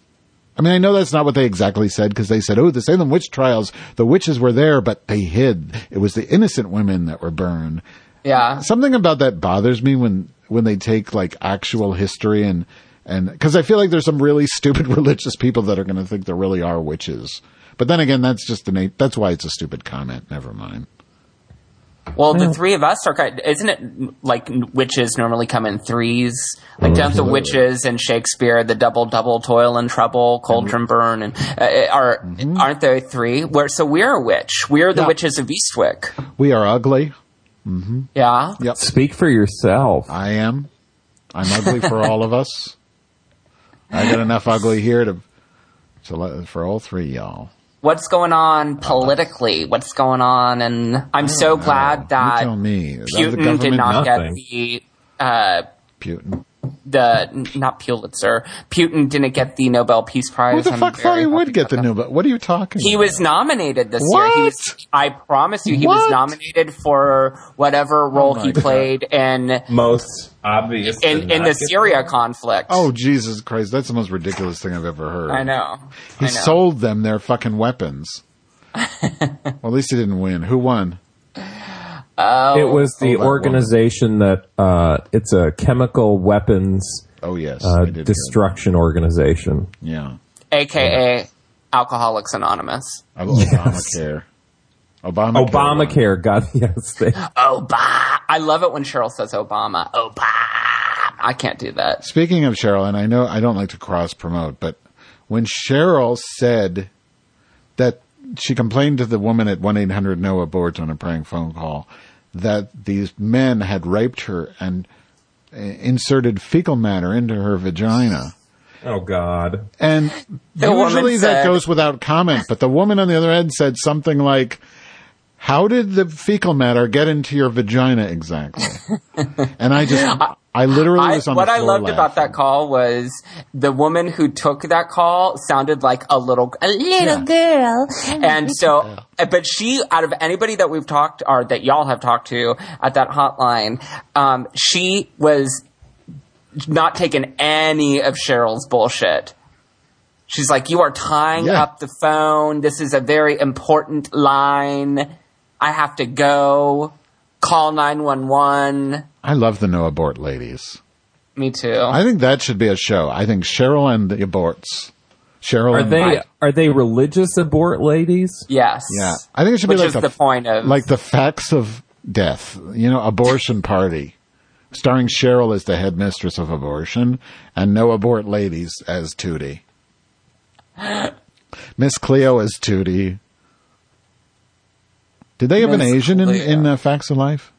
Speaker 4: I mean, I know that's not what they exactly said because they said, oh, the Salem witch trials, the witches were there, but they hid. It was the innocent women that were burned
Speaker 3: yeah.
Speaker 4: something about that bothers me when when they take like actual history and and because I feel like there's some really stupid religious people that are going to think there really are witches. But then again, that's just an that's why it's a stupid comment. Never mind.
Speaker 3: Well, the three of us are kind. Isn't it like n- witches normally come in threes? Like Dance of
Speaker 4: absolutely.
Speaker 3: Witches and Shakespeare, the double double toil and trouble,
Speaker 4: Mm-hmm.
Speaker 3: cauldron burn, and uh, are aren't there three? Where so we're a witch. We're the
Speaker 4: Yeah.
Speaker 3: witches of Eastwick.
Speaker 4: We are ugly.
Speaker 3: Yeah.
Speaker 4: Yep,
Speaker 7: Speak for yourself.
Speaker 4: I am. I'm ugly for all of us. I got enough ugly here to, to let, for all three y'all.
Speaker 3: What's going on politically? What's going on? And I'm so glad
Speaker 4: you
Speaker 3: that
Speaker 4: tell me. The
Speaker 3: Putin did
Speaker 4: government-
Speaker 3: not
Speaker 7: nothing.
Speaker 3: get the. Uh,
Speaker 4: Putin.
Speaker 3: the n- not Pulitzer. Putin didn't get the Nobel Peace Prize.
Speaker 4: Who the
Speaker 3: I'm
Speaker 4: fuck thought
Speaker 3: very
Speaker 4: he would
Speaker 3: happy
Speaker 4: get the
Speaker 3: about that.
Speaker 4: Nobel? What are you talking?
Speaker 3: He
Speaker 4: about?
Speaker 3: was nominated this year. He was, I promise you, he
Speaker 4: What? Oh
Speaker 3: was nominated for whatever role
Speaker 4: my
Speaker 3: he
Speaker 4: God.
Speaker 3: played in
Speaker 6: Most obvious.
Speaker 3: in,
Speaker 6: to
Speaker 3: in
Speaker 6: not
Speaker 3: the
Speaker 6: get-
Speaker 3: Syria conflict.
Speaker 4: Oh Jesus Christ! That's the most ridiculous thing I've ever heard.
Speaker 3: I know.
Speaker 4: He
Speaker 3: I know.
Speaker 4: sold them their fucking weapons. well, at least he didn't win. Who won?
Speaker 7: It was the
Speaker 4: Oh, that
Speaker 7: organization that uh, it's a chemical weapons
Speaker 4: Oh yes,
Speaker 7: uh,
Speaker 4: they did
Speaker 7: destruction organization.
Speaker 4: good. Yeah,
Speaker 3: AKA Alcoholics Anonymous.
Speaker 4: Ob- Obamacare. Obamacare. won.
Speaker 7: Obamacare got yes. They,
Speaker 3: Obama. I love it when Cheryl says Obama. Obama. I can't do that.
Speaker 4: Speaking of Cheryl, and I know I don't like to cross promote, but when Cheryl said that she complained to the woman at 1 800 no abort on a prank phone call that these men had raped her and uh, inserted fecal matter into her vagina.
Speaker 7: oh God!
Speaker 4: And
Speaker 3: The woman
Speaker 4: usually that
Speaker 3: said-
Speaker 4: goes without comment, but the woman on the other end said something like, how did the fecal matter get into your vagina exactly? and I just, I literally
Speaker 3: I,
Speaker 4: was on
Speaker 3: what
Speaker 4: the
Speaker 3: I
Speaker 4: floor
Speaker 3: loved about
Speaker 4: laughing.
Speaker 3: that call was the woman who took that call sounded like a little a little girl, and so uh, but she out of anybody that we've talked or that y'all have talked to at that hotline, um, she was not taking any of Cheryl's bullshit. She's like, "You are tying
Speaker 4: Yeah.
Speaker 3: up the phone. This is a very important line. I have to go. Call nine one one.
Speaker 4: I love the no abort ladies.
Speaker 3: Me too."
Speaker 4: I think that should be a show. I think Cheryl and the aborts. Cheryl
Speaker 7: Are
Speaker 4: and
Speaker 7: they are they religious abort ladies?
Speaker 3: Yes.
Speaker 4: yeah. I think it should
Speaker 3: Which
Speaker 4: be like
Speaker 3: is the point of
Speaker 4: like the facts of death. You know, abortion party, starring Cheryl as the headmistress of abortion, and no abort ladies as Tootie. Miss Cleo as Tootie. Did they have an
Speaker 3: Miss
Speaker 4: Asian in,
Speaker 3: Cleo.
Speaker 4: in uh, Facts of Life?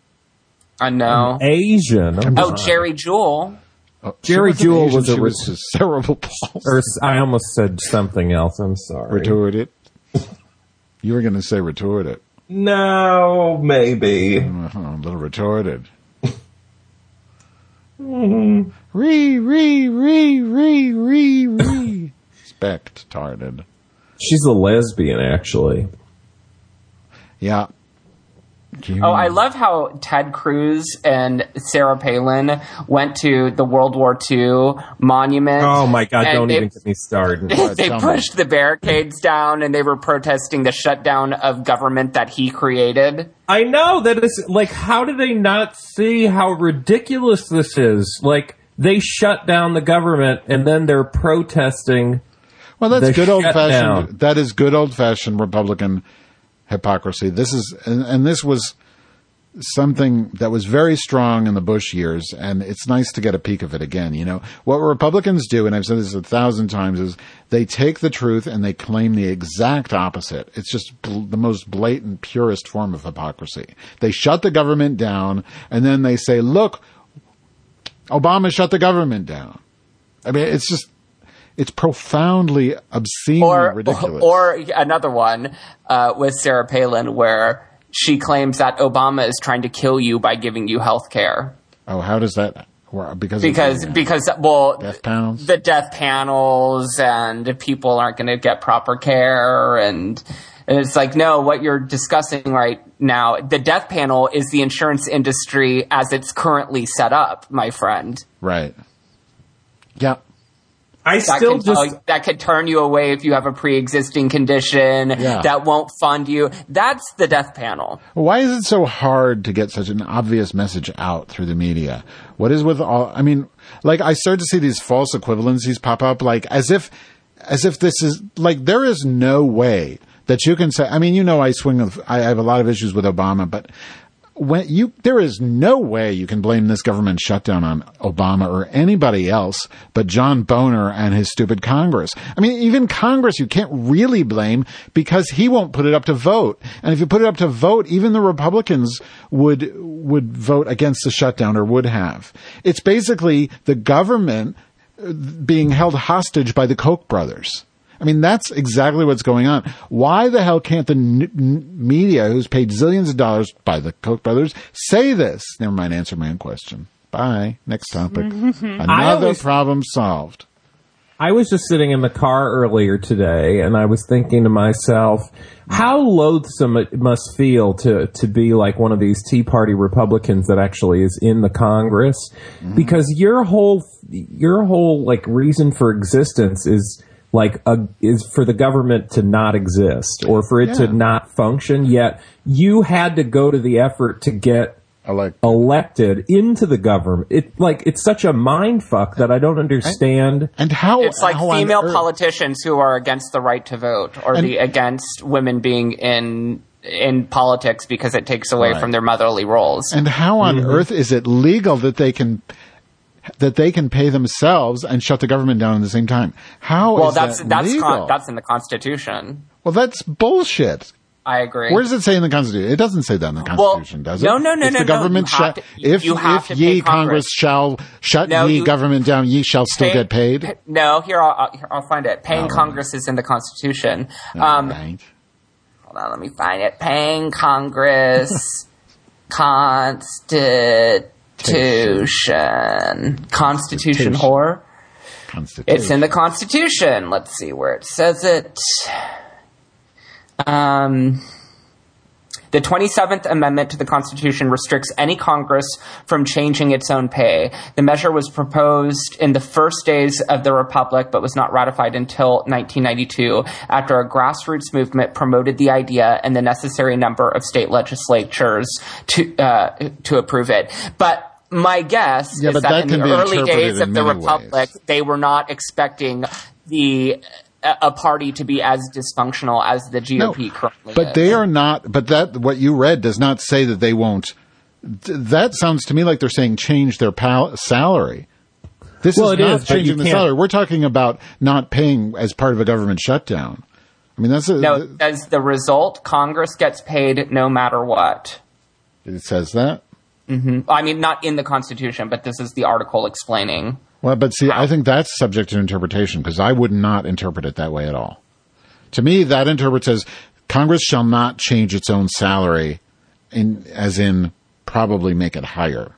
Speaker 3: I know.
Speaker 7: Asian.
Speaker 3: Oh, Jerry Jewel.
Speaker 4: Oh, She
Speaker 7: Jerry
Speaker 4: wasn't
Speaker 7: Jewell
Speaker 4: Asian,
Speaker 7: was a
Speaker 4: she
Speaker 7: re-
Speaker 4: was just cerebral
Speaker 7: Or s- I almost said something else. I'm sorry.
Speaker 4: retarded. You were going to say retarded.
Speaker 6: No, maybe.
Speaker 4: Uh-huh, a little retarded. re, re, re, re, re, re. Spect tarded.
Speaker 7: She's a lesbian, actually.
Speaker 4: Yeah.
Speaker 3: Oh,
Speaker 7: Mm.
Speaker 3: I love how Ted Cruz and Sarah Palin went to the World War II monument.
Speaker 7: Oh my God!
Speaker 3: And
Speaker 7: Don't
Speaker 3: they-
Speaker 7: even get me started.
Speaker 3: They
Speaker 4: Tell me.
Speaker 3: pushed the barricades down and they were protesting the shutdown of government that he created.
Speaker 7: I know that is like how do they not see how ridiculous this is? Like they shut down the government and then they're protesting.
Speaker 4: Well, that's
Speaker 7: The
Speaker 4: good old fashioned.
Speaker 7: shutdown.
Speaker 4: That is good old fashioned Republican hypocrisy. This is, and, and this was something that was very strong in the Bush years, and it's nice to get a peek of it again. You know, what Republicans do, and I've said this a thousand times, is they take the truth and they claim the exact opposite. It's just bl- the most blatant, purest form of hypocrisy. They shut the government down, and then they say, look, Obama shut the government down. I mean, it's just it's profoundly
Speaker 7: Hmm,
Speaker 4: obscenely
Speaker 3: or
Speaker 4: ridiculous.
Speaker 3: or another one uh, with Sarah Palin where she claims that Obama is trying to kill you by giving you health care
Speaker 4: oh, how does that? Well, because of-
Speaker 3: because
Speaker 4: yeah.
Speaker 3: because well
Speaker 4: death pounds.
Speaker 3: the death panels and people aren't going to get proper care and and it's like no what you're discussing right now the death panel is the insurance industry as it's currently set up my friend
Speaker 4: right. Yeah.
Speaker 6: I
Speaker 3: that
Speaker 6: still
Speaker 3: can tell-
Speaker 6: just
Speaker 3: that could turn you away if you have a pre-existing condition
Speaker 4: Yeah.
Speaker 3: that won't fund you. That's the death panel.
Speaker 4: Why is it so hard to get such an obvious message out through the media? What is with all? I mean, like I start to see these false equivalencies pop up, like as if, as if this is like there is no way that you can say. I mean, you know, I swing. With, I have a lot of issues with Obama, but when you there is no way you can blame this government shutdown on Obama or anybody else but John Boehner and his stupid Congress. I mean, even Congress you can't really blame because he won't put it up to vote. And if you put it up to vote, even the Republicans would would vote against the shutdown or would have. It's basically the government uh, being held hostage by the Koch brothers. I mean, that's exactly what's going on. Why the hell can't the n- n- media, who's paid zillions of dollars by the Koch brothers, say this? Never mind, answer my own question. Bye. Next topic. Another
Speaker 7: always-
Speaker 4: problem solved.
Speaker 7: I was just sitting in the car earlier today and I was thinking to myself, how loathsome it must feel to, to be like one of these Tea Party Republicans that actually is in the Congress because your whole, your whole like reason for existence is like a, is for the government to not exist or for it to
Speaker 4: Yeah.
Speaker 7: not function. Yet you had to go to the effort to get
Speaker 4: Elect-
Speaker 7: elected into the government. It like, it's such a mind fuck that I don't understand.
Speaker 4: and how
Speaker 3: It's like
Speaker 4: how on
Speaker 3: female
Speaker 4: earth-
Speaker 3: politicians who are against the right to vote or
Speaker 4: And-
Speaker 3: the against women being in in politics because it takes away
Speaker 4: Right.
Speaker 3: from their motherly roles.
Speaker 4: And how on earth is it legal that they can that they can pay themselves and shut the government down at the same time? How
Speaker 3: well,
Speaker 4: is
Speaker 3: that's
Speaker 4: that
Speaker 3: that's
Speaker 4: legal?
Speaker 3: con- that's in the Constitution.
Speaker 4: well, that's bullshit.
Speaker 3: I agree.
Speaker 4: Where does it say in the Constitution? It doesn't say that in the
Speaker 3: Well,
Speaker 4: Constitution, does it?
Speaker 3: no, no, no,
Speaker 4: If
Speaker 3: no,
Speaker 4: The
Speaker 3: no.
Speaker 4: government
Speaker 3: You
Speaker 4: shall,
Speaker 3: have to-
Speaker 4: if
Speaker 3: you have
Speaker 4: if
Speaker 3: to
Speaker 4: ye
Speaker 3: pay Congress.
Speaker 4: shall shut
Speaker 3: No,
Speaker 4: ye
Speaker 3: you-
Speaker 4: government down, ye shall still
Speaker 3: Pay-
Speaker 4: get paid.
Speaker 3: No, here I'll, I'll, here, I'll find it. Paying Congress is in the Constitution. Um,
Speaker 4: Oh. Right.
Speaker 3: Hold on, let me find it. Paying Congress Constitution. Constitution whore?
Speaker 4: Constitution.
Speaker 3: It's in the Constitution. Let's see where it says it. Um, the 27th Amendment to the Constitution restricts any Congress from changing its own pay. The measure was proposed in the first days of the Republic, but was not ratified until 1992 after a grassroots movement promoted the idea and the necessary number of state legislatures to, uh, to approve it. But my guess
Speaker 4: Yeah,
Speaker 3: is
Speaker 4: but
Speaker 3: that,
Speaker 4: that
Speaker 3: in
Speaker 4: can be
Speaker 3: the early
Speaker 4: interpreted
Speaker 3: days
Speaker 4: in
Speaker 3: of the
Speaker 4: many ways.
Speaker 3: Republic, they were not expecting the a a party to be as dysfunctional as the GOP currently.
Speaker 4: But
Speaker 3: is.
Speaker 4: they are not. But that what you read does not say that they won't. th- That sounds to me like they're saying change their pal- salary. This
Speaker 7: Well,
Speaker 4: is
Speaker 7: it
Speaker 4: not
Speaker 7: is, but you
Speaker 4: changing the
Speaker 7: can't-
Speaker 4: salary. We're talking about not paying as part of a government shutdown. I mean, that's a,
Speaker 3: no. As the result, Congress gets paid no matter what.
Speaker 4: it says that.
Speaker 3: I mean, not in the Constitution, but this is the article explaining.
Speaker 4: Well, but see, I think that's subject to interpretation because I would not interpret it that way at all. To me, that interprets as Congress shall not change its own salary, in as in probably make it higher.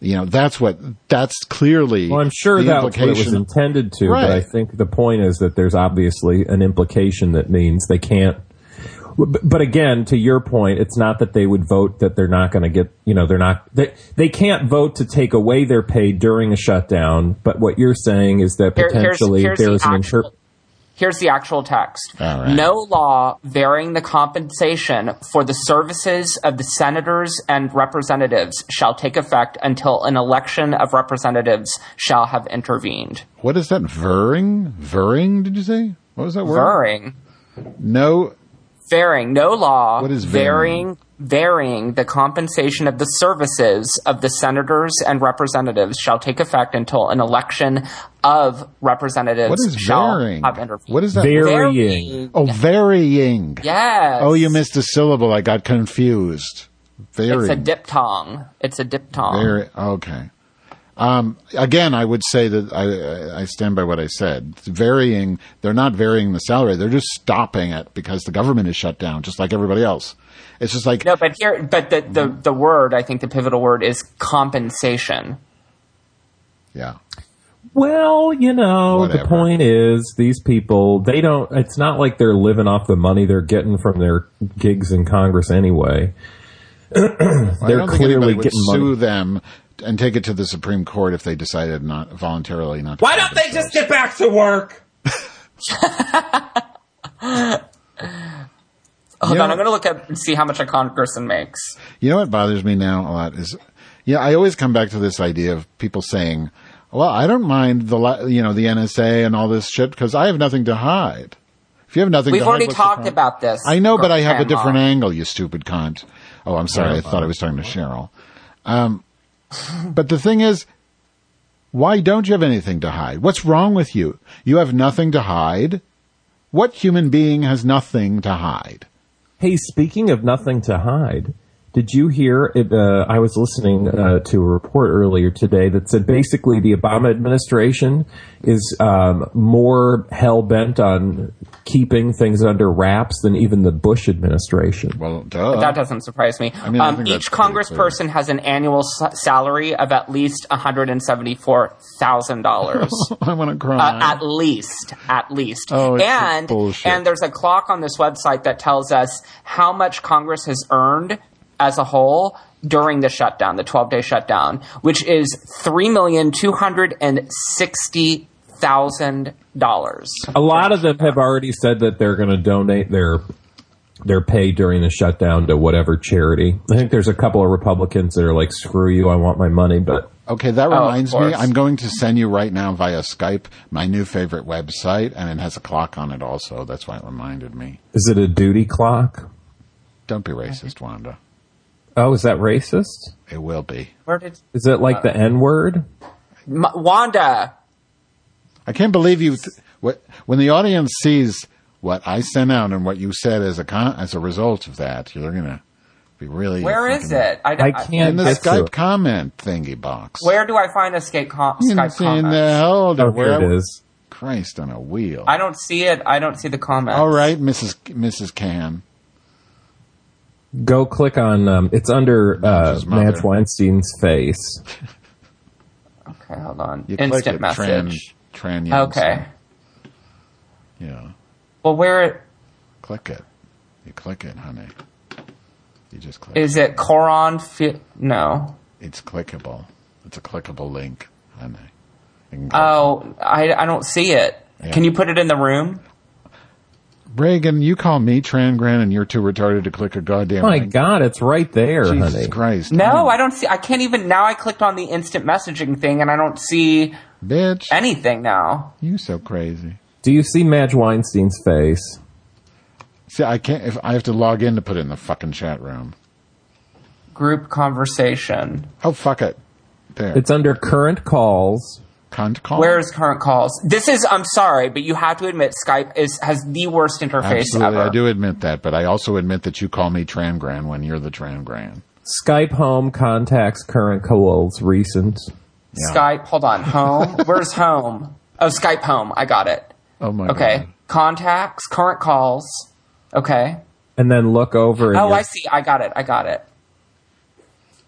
Speaker 4: You know, that's what that's clearly.
Speaker 7: Well, I'm sure
Speaker 4: the
Speaker 7: that was what it was
Speaker 4: implication.
Speaker 7: intended to,
Speaker 4: Right.
Speaker 7: but I think the point is that there's obviously an implication that means they can't. But but again, to your point, it's not that they would vote that they're not going to get, you know, they're not, they, they can't vote to take away their pay during a shutdown. But what you're saying is that
Speaker 3: Here- here's-
Speaker 7: potentially
Speaker 3: here's
Speaker 7: there's
Speaker 3: the
Speaker 7: an
Speaker 3: actual-
Speaker 7: inter-
Speaker 3: Here's the actual text.
Speaker 4: All right.
Speaker 3: No law varying the compensation for the services of the senators and representatives shall take effect until an election of representatives shall have intervened.
Speaker 4: What is that? Vering? Vering? Did you say? What was that word?
Speaker 3: Varying.
Speaker 4: No.
Speaker 3: varying no law
Speaker 4: What is varying?
Speaker 3: varying varying the compensation of the services of the senators and representatives shall take effect until an election of representatives
Speaker 4: What is
Speaker 3: shall
Speaker 4: varying?
Speaker 3: have intervened.
Speaker 4: What is that?
Speaker 7: Varying.
Speaker 3: varying?
Speaker 4: oh, varying.
Speaker 3: Yes.
Speaker 4: Oh, you missed a syllable. I got confused. Varying.
Speaker 3: Ah. It's a diphthong. It's a diphthong.
Speaker 4: Very okay. Um, again, I would say that I- I, I stand by what I said. Varying, they're not varying the salary; they're just stopping it because the government is shut down, just like everybody else. It's just like
Speaker 3: No, but here, but the, the, the word, I think the pivotal word is compensation.
Speaker 4: yeah,
Speaker 7: Well, you know,
Speaker 4: Whatever.
Speaker 7: the point is these people, they don't, it's not like they're living off the money they're getting from their gigs in Congress anyway.
Speaker 4: I
Speaker 7: they're
Speaker 4: don't think anybody
Speaker 7: clearly
Speaker 4: would
Speaker 7: getting
Speaker 4: sue
Speaker 7: money.
Speaker 4: them and take it to the Supreme Court if they decided not voluntarily not. To
Speaker 6: Why don't they just get back to work?
Speaker 3: Hold
Speaker 4: Yeah.
Speaker 3: on, I'm going to look up and see how much a congressman makes.
Speaker 4: You know what bothers me now a lot is, yeah, I always come back to this idea of people saying, "Well, I don't mind the li- you know the NSA and all this shit because I have nothing to hide." If you have nothing,
Speaker 3: We've
Speaker 4: to hide,
Speaker 3: already
Speaker 4: what's the
Speaker 3: talked
Speaker 4: problem?
Speaker 3: about this.
Speaker 4: I know, but I have a
Speaker 3: Grandma.
Speaker 4: different angle. You stupid cunt. Oh, I'm sorry. I thought I was talking to Cheryl. Um, but the thing is, why don't you have anything to hide? What's wrong with you? You have nothing to hide. What human being has nothing to hide?
Speaker 7: Hey, speaking of nothing to hide, did you hear? It, uh, I was listening uh, to a report earlier today that said basically the Obama administration is um, more hell bent on keeping things under wraps than even the Bush administration.
Speaker 4: Well,
Speaker 3: That
Speaker 4: duh.
Speaker 3: doesnessdoesn't surprise me.
Speaker 4: mean, I
Speaker 3: um,
Speaker 4: think that's
Speaker 3: each
Speaker 4: pretty clear.
Speaker 3: congressperson has an annual s- salary of at least $174,000.
Speaker 4: I want to
Speaker 3: Uh,
Speaker 4: cry.
Speaker 3: at least, at least,
Speaker 4: Oh, it's just
Speaker 3: and
Speaker 4: bullshit.
Speaker 3: and there's a clock on this website that tells us how much Congress has earned as a whole during the shutdown, the 12 day shutdown, which is three million two hundred and sixty thousand dollars.
Speaker 7: A lot of them have already said that they're going to donate their their pay during the shutdown to whatever charity. I think there's a couple of Republicans that are like, "Screw you, I want my money." But
Speaker 4: Okay, that
Speaker 3: Oh, of
Speaker 4: reminds me.
Speaker 3: course.
Speaker 4: I'm going to send you right now via Skype my new favorite website, and it has a clock on it also. That's why it reminded me.
Speaker 7: is it a duty clock?
Speaker 4: Don't be racist, Wanda.
Speaker 7: Oh, is that racist?
Speaker 4: It will be.
Speaker 3: Where did
Speaker 7: Is it like
Speaker 4: Uh,
Speaker 7: the N word?
Speaker 3: M- Wanda?
Speaker 4: I can't believe you. Th- what when the audience sees what I sent out and what you said as a con- as a result of that, you're gonna be really.
Speaker 3: Where is
Speaker 4: fucking-
Speaker 3: it? I,
Speaker 7: I
Speaker 3: I-
Speaker 7: can't
Speaker 4: In the
Speaker 7: get to
Speaker 4: Skype
Speaker 7: it.
Speaker 4: comment thingy box.
Speaker 3: Where do I find a Skype, com-
Speaker 4: in,
Speaker 3: Skype
Speaker 4: in
Speaker 3: comment?
Speaker 4: the hell?
Speaker 7: Oh,
Speaker 4: where
Speaker 7: here it is.
Speaker 4: Christ on a wheel.
Speaker 3: I don't see it. I don't see the comment.
Speaker 4: All right, Mrs. Mrs. Can.
Speaker 7: Go click on. Um, it's under uh,
Speaker 4: Madge's mother.
Speaker 7: Matt Weinstein's face.
Speaker 3: Okay, hold on.
Speaker 4: You click
Speaker 3: Instant
Speaker 4: it, Tran-
Speaker 3: message.
Speaker 4: Tran
Speaker 3: okay.
Speaker 4: Jensen. Yeah.
Speaker 3: Well, where
Speaker 4: Click it. You click it, honey. You just click.
Speaker 3: is it? Coron? Fi- no.
Speaker 4: It's clickable. It's a clickable link, honey. You can click
Speaker 3: Oh, I, I don't see it.
Speaker 4: Yeah.
Speaker 3: Can you put it in the room?
Speaker 4: Reagan, you call me Tran Gran, and you're too retarded to click a goddamn
Speaker 7: My
Speaker 4: link.
Speaker 7: God, it's right there,
Speaker 4: Jesus
Speaker 7: honey.
Speaker 4: Christ.
Speaker 3: No,
Speaker 4: honey.
Speaker 3: I don't see. I can't even. Now I clicked on the instant messaging thing and I don't see
Speaker 4: Bitch,
Speaker 3: anything now.
Speaker 4: you so crazy.
Speaker 7: Do you see Madge Weinstein's face?
Speaker 4: See, I can't. If I have to log in to put it in the fucking chat room.
Speaker 3: Group conversation.
Speaker 4: Oh fuck it. There.
Speaker 7: It's under current calls.
Speaker 4: cunt call.
Speaker 3: Where's current calls? This is. I'm sorry, but you have to admit Skype is has the worst interface
Speaker 4: Absolutely, I
Speaker 3: ever.
Speaker 4: do admit that, but I also admit that you call me Tran Gran when you're the Tran Gran.
Speaker 7: Skype home contacts current calls recent.
Speaker 4: Yeah.
Speaker 3: Skype. Hold on. Home. Where's home? Oh, Skype home. I got it.
Speaker 4: Oh my
Speaker 3: Okay.
Speaker 4: god.
Speaker 3: Contacts. Current calls. Okay.
Speaker 7: And then look over.
Speaker 3: Oh,
Speaker 7: and
Speaker 3: I see. I got it. I got it.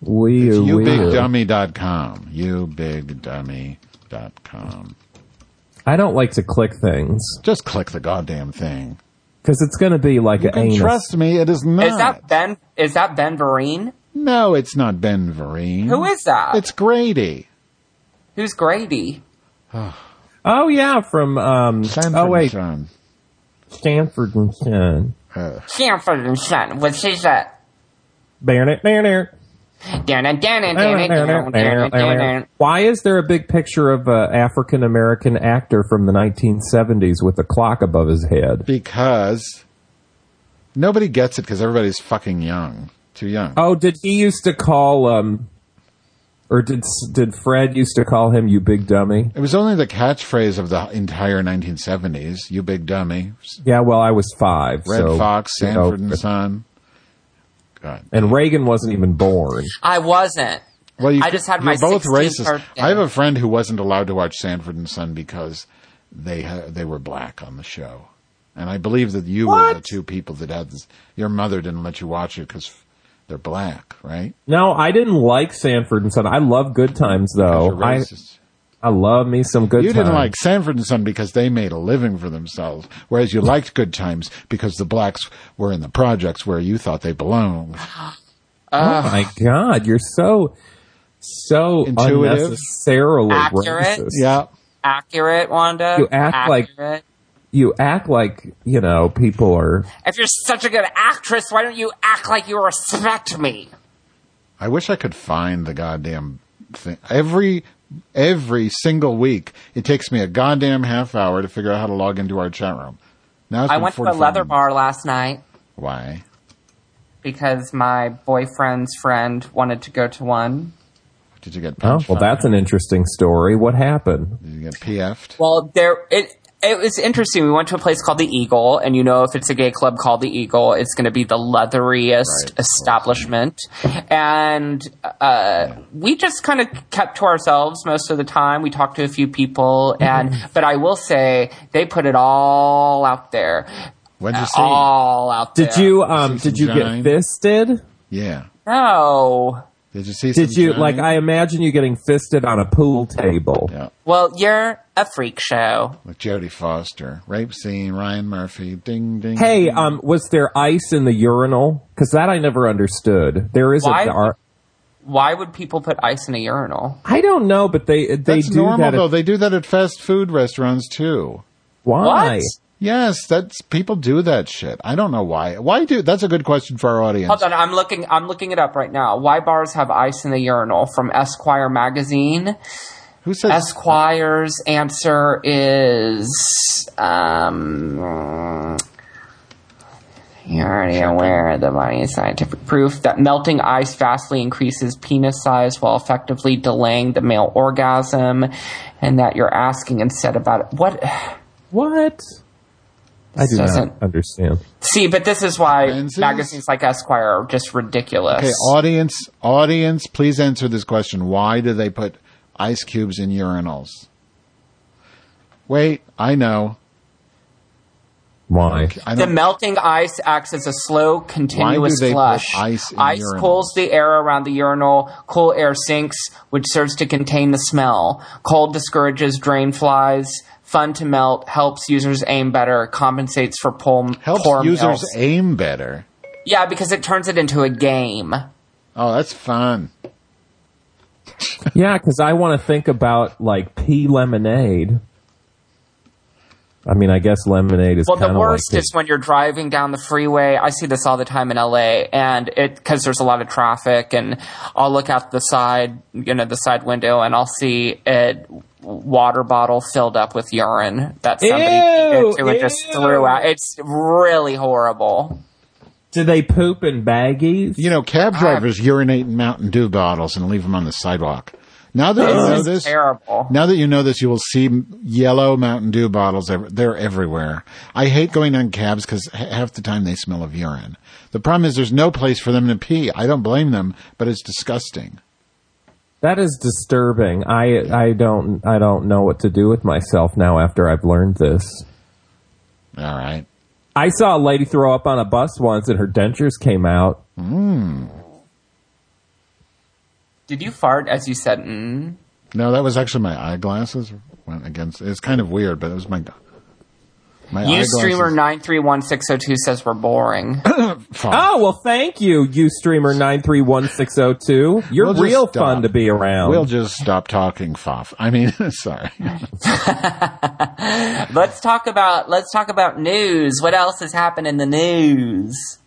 Speaker 7: We
Speaker 4: It's
Speaker 7: we.
Speaker 4: youbigdummy.com. Youbigdummy.com.
Speaker 7: I don't like to click things
Speaker 4: Just click the goddamn thing.
Speaker 7: because it's going to be like an
Speaker 4: And
Speaker 7: anus.
Speaker 4: trust me, it is
Speaker 7: Ah.
Speaker 4: not.
Speaker 3: Is that Ben? Is that Ben Vereen?
Speaker 4: no, it's not Ben Vereen.
Speaker 7: Hmm.
Speaker 3: Who is that?
Speaker 4: It's Grady.
Speaker 3: Who's Grady?
Speaker 7: oh yeah, from um.
Speaker 4: Sanford
Speaker 7: oh wait,
Speaker 4: Son.
Speaker 7: Stanford and Son.
Speaker 4: Uh,
Speaker 3: Sanford and Son. Was he the?
Speaker 7: Baronet, baronet, baronet, baronet, baronet. Why is there a big picture of an African American actor from the 1970s with a clock above his head?
Speaker 4: Because nobody gets it because everybody's fucking young. Too young.
Speaker 7: Oh, did he used to call um, or did did Fred used to call him "you big dummy"?
Speaker 4: It was only the catchphrase of the entire 1970s. You big dummy.
Speaker 7: Yeah, well, I was five.
Speaker 4: Red
Speaker 7: so,
Speaker 4: Fox,
Speaker 7: you know,
Speaker 4: Sanford and Son. God.
Speaker 7: and Reagan wasn't even born.
Speaker 3: I wasn't.
Speaker 4: Well, you,
Speaker 3: I just had my
Speaker 4: you're both
Speaker 3: 16th
Speaker 4: racist.
Speaker 3: birthday.
Speaker 4: I have a friend who wasn't allowed to watch Sanford and Son because they ha- they were black on the show, and I believe that you were the two people that had this. Your mother didn't let you watch it because they're black, right?
Speaker 7: No, I didn't like Sanford and Son. I love Good Times
Speaker 4: 'Cause
Speaker 7: though.
Speaker 4: you're
Speaker 7: I
Speaker 4: racist.
Speaker 7: I love me some
Speaker 4: Oh,
Speaker 7: Good
Speaker 4: you
Speaker 7: Times.
Speaker 4: didn't like Sanford and Son because they made a living for themselves, whereas you liked Good Times because the blacks were in the projects where you thought they belonged.
Speaker 7: Oh my god, you're so so
Speaker 4: Intuitive.
Speaker 7: unnecessarily
Speaker 3: Accurate.
Speaker 7: racist.
Speaker 4: Yeah.
Speaker 3: Accurate, Wanda.
Speaker 7: You act like-
Speaker 3: Accurate.
Speaker 7: You act like, you know, people are
Speaker 3: If you're such a good actress, why don't you act like you respect me?
Speaker 4: I wish I could find the goddamn thing. Every every single week, it takes me a goddamn half hour to figure out how to log into our chat room. Now it's
Speaker 3: I
Speaker 4: been
Speaker 3: went to the
Speaker 4: 45
Speaker 3: leather
Speaker 4: minutes.
Speaker 3: bar last night
Speaker 4: Why?
Speaker 3: because my boyfriend's friend wanted to go to one.
Speaker 4: Did you get
Speaker 7: Oh,
Speaker 4: punched?
Speaker 7: well that's an interesting story. What happened?
Speaker 4: Did you get PF'd?
Speaker 3: Well, there it it was interesting. We went to a place called the Eagle, and you know, if it's a gay club called the Eagle, it's going to be the leatheriest
Speaker 4: Right.
Speaker 3: establishment. And uh, we just kind of kept to ourselves most of the time. We talked to a few people, and
Speaker 7: Mm-hmm.
Speaker 3: but I will say they put it all out there,
Speaker 4: When'd
Speaker 3: Uh,
Speaker 4: you see?
Speaker 3: all out there.
Speaker 7: Did you um
Speaker 4: See some
Speaker 7: did you
Speaker 4: giant-
Speaker 7: get fisted?
Speaker 4: yeah.
Speaker 3: No.
Speaker 4: Did you see?
Speaker 7: Did
Speaker 4: some
Speaker 7: you
Speaker 4: giant-
Speaker 7: like I imagine you getting fisted on a pool table.
Speaker 4: Yeah.
Speaker 3: Well, you're a freak show.
Speaker 4: With Jodie Foster, rape scene, Ryan Murphy, ding ding.
Speaker 7: Hey,
Speaker 4: ding.
Speaker 7: um was there ice in the urinal? Cuz that I never understood. There isn't
Speaker 3: Why-
Speaker 7: the ar-
Speaker 3: Why would people put ice in a urinal?
Speaker 7: I don't know, but they they
Speaker 4: that's
Speaker 7: do
Speaker 4: normal
Speaker 7: that. at-
Speaker 4: though. They do that at fast food restaurants too.
Speaker 7: Why?
Speaker 3: What?
Speaker 4: Yes, that's people do that shit. I don't know why. Why do? That's a good question for our audience.
Speaker 3: Hold on, I'm looking. I'm looking it up right now. Why bars have ice in the urinal? From Esquire magazine.
Speaker 4: Who says
Speaker 3: Esquire's answer is um, you're already aware of the body scientific proof that melting ice vastly increases penis size while effectively delaying the male orgasm, and that you're asking instead about what.
Speaker 7: What? I do
Speaker 3: doesn't-
Speaker 7: not understand.
Speaker 3: See, but this is why
Speaker 4: Lenses?
Speaker 3: magazines like Esquire are just ridiculous.
Speaker 4: Okay, audience, audience, please answer this question. Why do they put ice cubes in urinals? Wait, I know.
Speaker 7: Why?
Speaker 4: I
Speaker 3: The
Speaker 4: don't.
Speaker 3: melting ice acts as a slow, continuous
Speaker 4: they put
Speaker 3: flush.
Speaker 4: ice in urinals?
Speaker 3: cools the air around the urinal. Cool air sinks, which serves to contain the smell. Cold discourages drain flies. Fun to melt helps users aim better. Compensates for pull,
Speaker 4: helps
Speaker 3: poor
Speaker 4: users
Speaker 3: melts.
Speaker 4: aim better.
Speaker 3: Yeah, because it turns it into a game.
Speaker 4: Oh, that's fun.
Speaker 7: Yeah, because I want to think about like pea lemonade. I mean, I guess lemonade is
Speaker 3: Well, the
Speaker 7: kinda
Speaker 3: worst
Speaker 7: like
Speaker 3: is when you're driving down the freeway. I see this all the time in LA, and it because there's a lot of traffic, and I'll look out the side, you know, the side window, and I'll see a water bottle filled up with urine that somebody
Speaker 7: Ew,
Speaker 3: peed into and just
Speaker 7: ew.
Speaker 3: threw out. It's really horrible.
Speaker 7: do they poop in baggies?
Speaker 4: You know, cab drivers urinate in Mountain Dew bottles and leave them on the sidewalk. Now that you know this,
Speaker 3: Terrible.
Speaker 4: now that you know this, you will see m- yellow Mountain Dew bottles. Ev- they're everywhere. I hate going on cabs because half the time they smell of urine. The problem is there's no place for them to pee. I don't blame them, but it's disgusting.
Speaker 7: That is disturbing. I I don't I don't know what to do with myself now after I've learned this.
Speaker 4: All right.
Speaker 7: I saw a lady throw up on a bus once, and her dentures came out.
Speaker 3: Did you fart as you said? Mm?
Speaker 4: No, that was actually my eyeglasses went against. It's kind of weird, but it was my my
Speaker 3: You
Speaker 4: eyeglasses.
Speaker 3: streamer nine three one six zero two says we're boring.
Speaker 4: Fuck.
Speaker 7: Oh well, thank you, you streamer nine three one six zero two. You're
Speaker 4: We'll just
Speaker 7: real
Speaker 4: stop.
Speaker 7: fun to be
Speaker 3: Oh!
Speaker 7: around.
Speaker 4: We'll just stop talking, Foff. I mean, sorry.
Speaker 3: let's talk about let's talk about news. What else has happened in the news?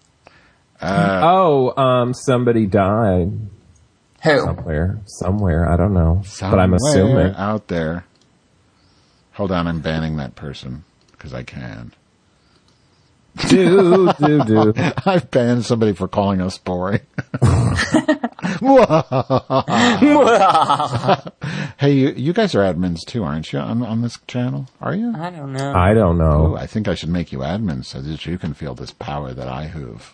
Speaker 7: oh, um, somebody died
Speaker 3: Who?
Speaker 7: somewhere. Somewhere, I don't know, but
Speaker 4: Somewhere
Speaker 7: I'm assuming.
Speaker 4: out there. Hold on, I'm banning that person because I can.
Speaker 7: do do do.
Speaker 4: I've banned somebody for calling us boring. hey, you, you guys are admins too, aren't you? On, on this channel, are you?
Speaker 3: I don't know.
Speaker 7: I don't
Speaker 4: Oh,
Speaker 7: know.
Speaker 4: I think I should make you admin so that you can feel this power that I have.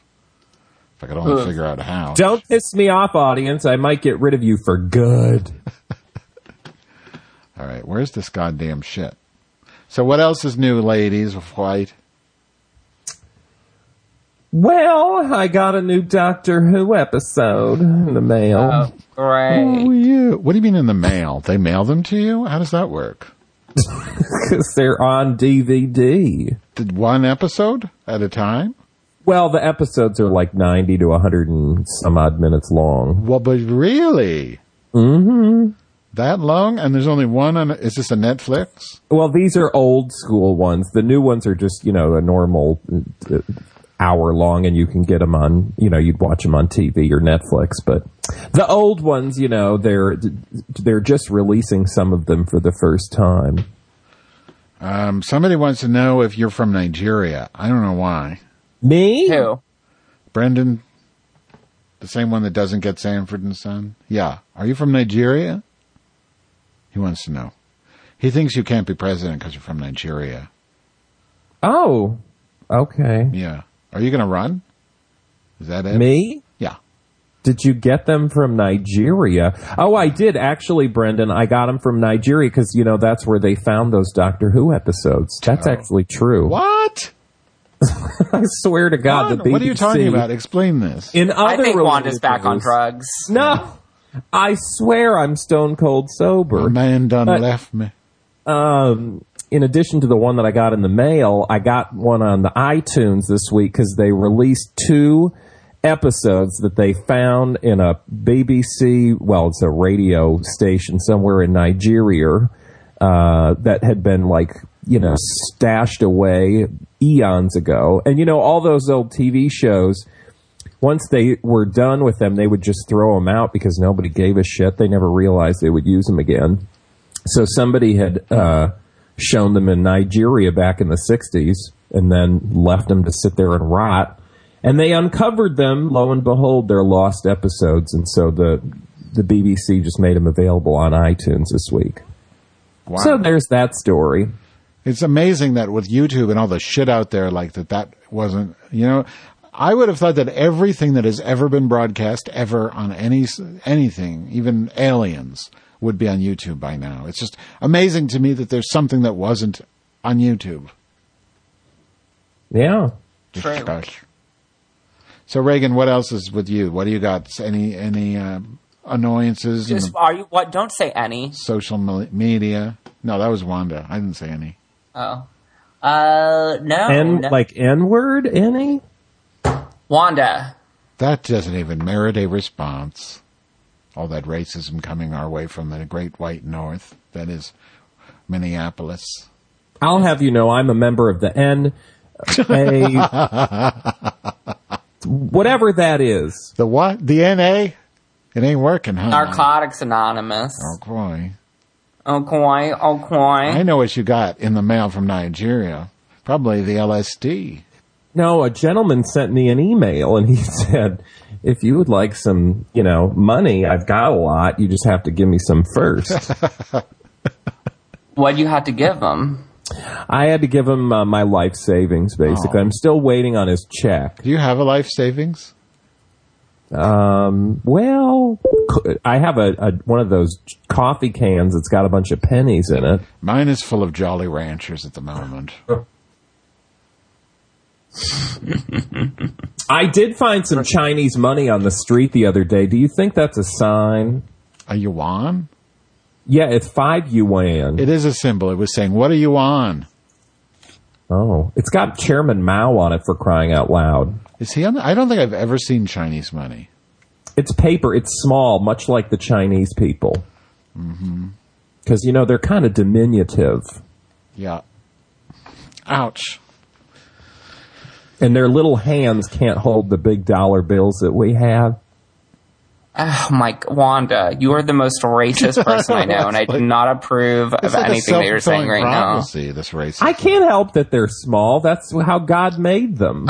Speaker 4: If I could only figure out how.
Speaker 7: Don't piss me off, audience. I might get rid of you for good.
Speaker 4: All right, where's this goddamn shit? So what else is new, ladies of white?
Speaker 7: Well, I got a new Doctor Who episode in the mail.
Speaker 3: Oh, great.
Speaker 4: Oh, yeah. What do you mean in the mail? They mail them to you? How does that work?
Speaker 7: because they're on DVD.
Speaker 4: Did one episode at a time?
Speaker 7: Well, the episodes are like 90 to 100 and some odd minutes long.
Speaker 4: Well, but really? Mm-hmm.
Speaker 7: Mm-hmm.
Speaker 4: That long? And there's only one on, is this a Netflix?
Speaker 7: Well, these are old school ones. The new ones are just, you know, a normal uh, hour long and you can get them on, you know, you'd watch them on TV or Netflix, but the old ones, you know, they're they're just releasing some of them for the first time.
Speaker 4: Um, somebody wants to know if you're from Nigeria. I don't know why.
Speaker 7: Me?
Speaker 3: Who?
Speaker 4: Brendan, the same one that doesn't get Sanford and Son? Yeah. Are you from Nigeria? He wants to know. He thinks you can't be president because you're from Nigeria.
Speaker 7: Oh. Okay.
Speaker 4: Yeah. Are you going to run? Is that it?
Speaker 7: Me?
Speaker 4: Yeah.
Speaker 7: Did you get them from Nigeria? Oh, I did actually, Brendan. I got them from Nigeria because you know that's where they found those Doctor Who episodes. That's actually true.
Speaker 4: What?
Speaker 7: I swear to God, Ah, the BBC.
Speaker 4: what are you talking about? Explain this.
Speaker 7: In other
Speaker 3: I think
Speaker 7: related
Speaker 3: Wanda's back on
Speaker 7: news-
Speaker 3: drugs.
Speaker 4: Hmm.
Speaker 7: No, I swear I'm stone cold sober.
Speaker 4: A man done
Speaker 7: But-
Speaker 4: left me.
Speaker 7: um, in addition to the one that I got in the mail, I got one on the iTunes this week because they released two episodes that they found in a BBC, well, it's a radio station somewhere in Nigeria uh, that had been like, you know, stashed away eons ago. And, you know, all those old TV shows once they were done with them, they would just throw them out because nobody gave a shit. They never realized they would use them again. So somebody had uh, shown them in Nigeria back in the 60s and then left them to sit there and rot. And they uncovered them. Lo and behold, they're lost episodes. And so the, the BBC just made them available on iTunes this week.
Speaker 4: Wow.
Speaker 7: So there's that story.
Speaker 4: it's amazing that with YouTube and all the shit out there, like that, that wasn't, you know, I would have thought that everything that has ever been broadcast ever on any, s- anything, even aliens would be on YouTube by now. It's just amazing to me that there's something that wasn't on YouTube.
Speaker 7: Yeah.
Speaker 3: True.
Speaker 4: Gosh. So Reagan, what else is with you? What do you got? Any, any, um, annoyances in
Speaker 3: Just
Speaker 4: the
Speaker 3: are you? What? Don't say any.
Speaker 4: social me- media? No, that was Wanda. I didn't say any.
Speaker 3: Oh. Uh, no.
Speaker 7: And
Speaker 3: no.
Speaker 7: like N word, any?
Speaker 3: Wanda.
Speaker 4: That doesn't even merit a response. All that racism coming our way from the great white north, that is Minneapolis.
Speaker 7: I'll have you know I'm a member of the N A whatever that is.
Speaker 4: The what? The NA? It ain't working, huh?
Speaker 3: Narcotics Anonymous.
Speaker 4: Oh, boy.
Speaker 3: Okay.
Speaker 4: I
Speaker 3: Okay.
Speaker 4: know what you got in the mail from Nigeria. Probably the LSD.
Speaker 7: No, a gentleman sent me an email and he said, if you would like some, you know, money, I've got a lot. You just have to give me some first.
Speaker 3: What do you have to give them?
Speaker 7: I had to give him uh, my life savings, basically. I'm still waiting on his check.
Speaker 4: Do you have a life savings?
Speaker 7: Um, Well, c- I have a, a one of those coffee cans that's got a bunch of pennies in it.
Speaker 4: Mine is full of Jolly Ranchers at the moment.
Speaker 7: I did find some Chinese money on the street the other day. Do you think that's a sign?
Speaker 4: Are you on?
Speaker 7: Yeah, it's five yuan.
Speaker 4: It is a symbol. It was saying, What are you on?
Speaker 7: oh, it's got Chairman Mao on it for crying out loud.
Speaker 4: Is he on? The- I don't think I've ever seen Chinese money.
Speaker 7: It's paper. It's small, much like the Chinese people. Because you know they're kind of diminutive,
Speaker 4: Yeah. Ouch.
Speaker 7: and their little hands can't hold the big dollar bills that we have.
Speaker 3: Oh my, Wanda, you are the most racist person I know, and I do not approve of
Speaker 4: It's like a
Speaker 3: anything that you're saying
Speaker 4: self-fulfilling
Speaker 3: right now.
Speaker 4: prophecy, This racism.
Speaker 7: I can't help that they're small. That's how God made them.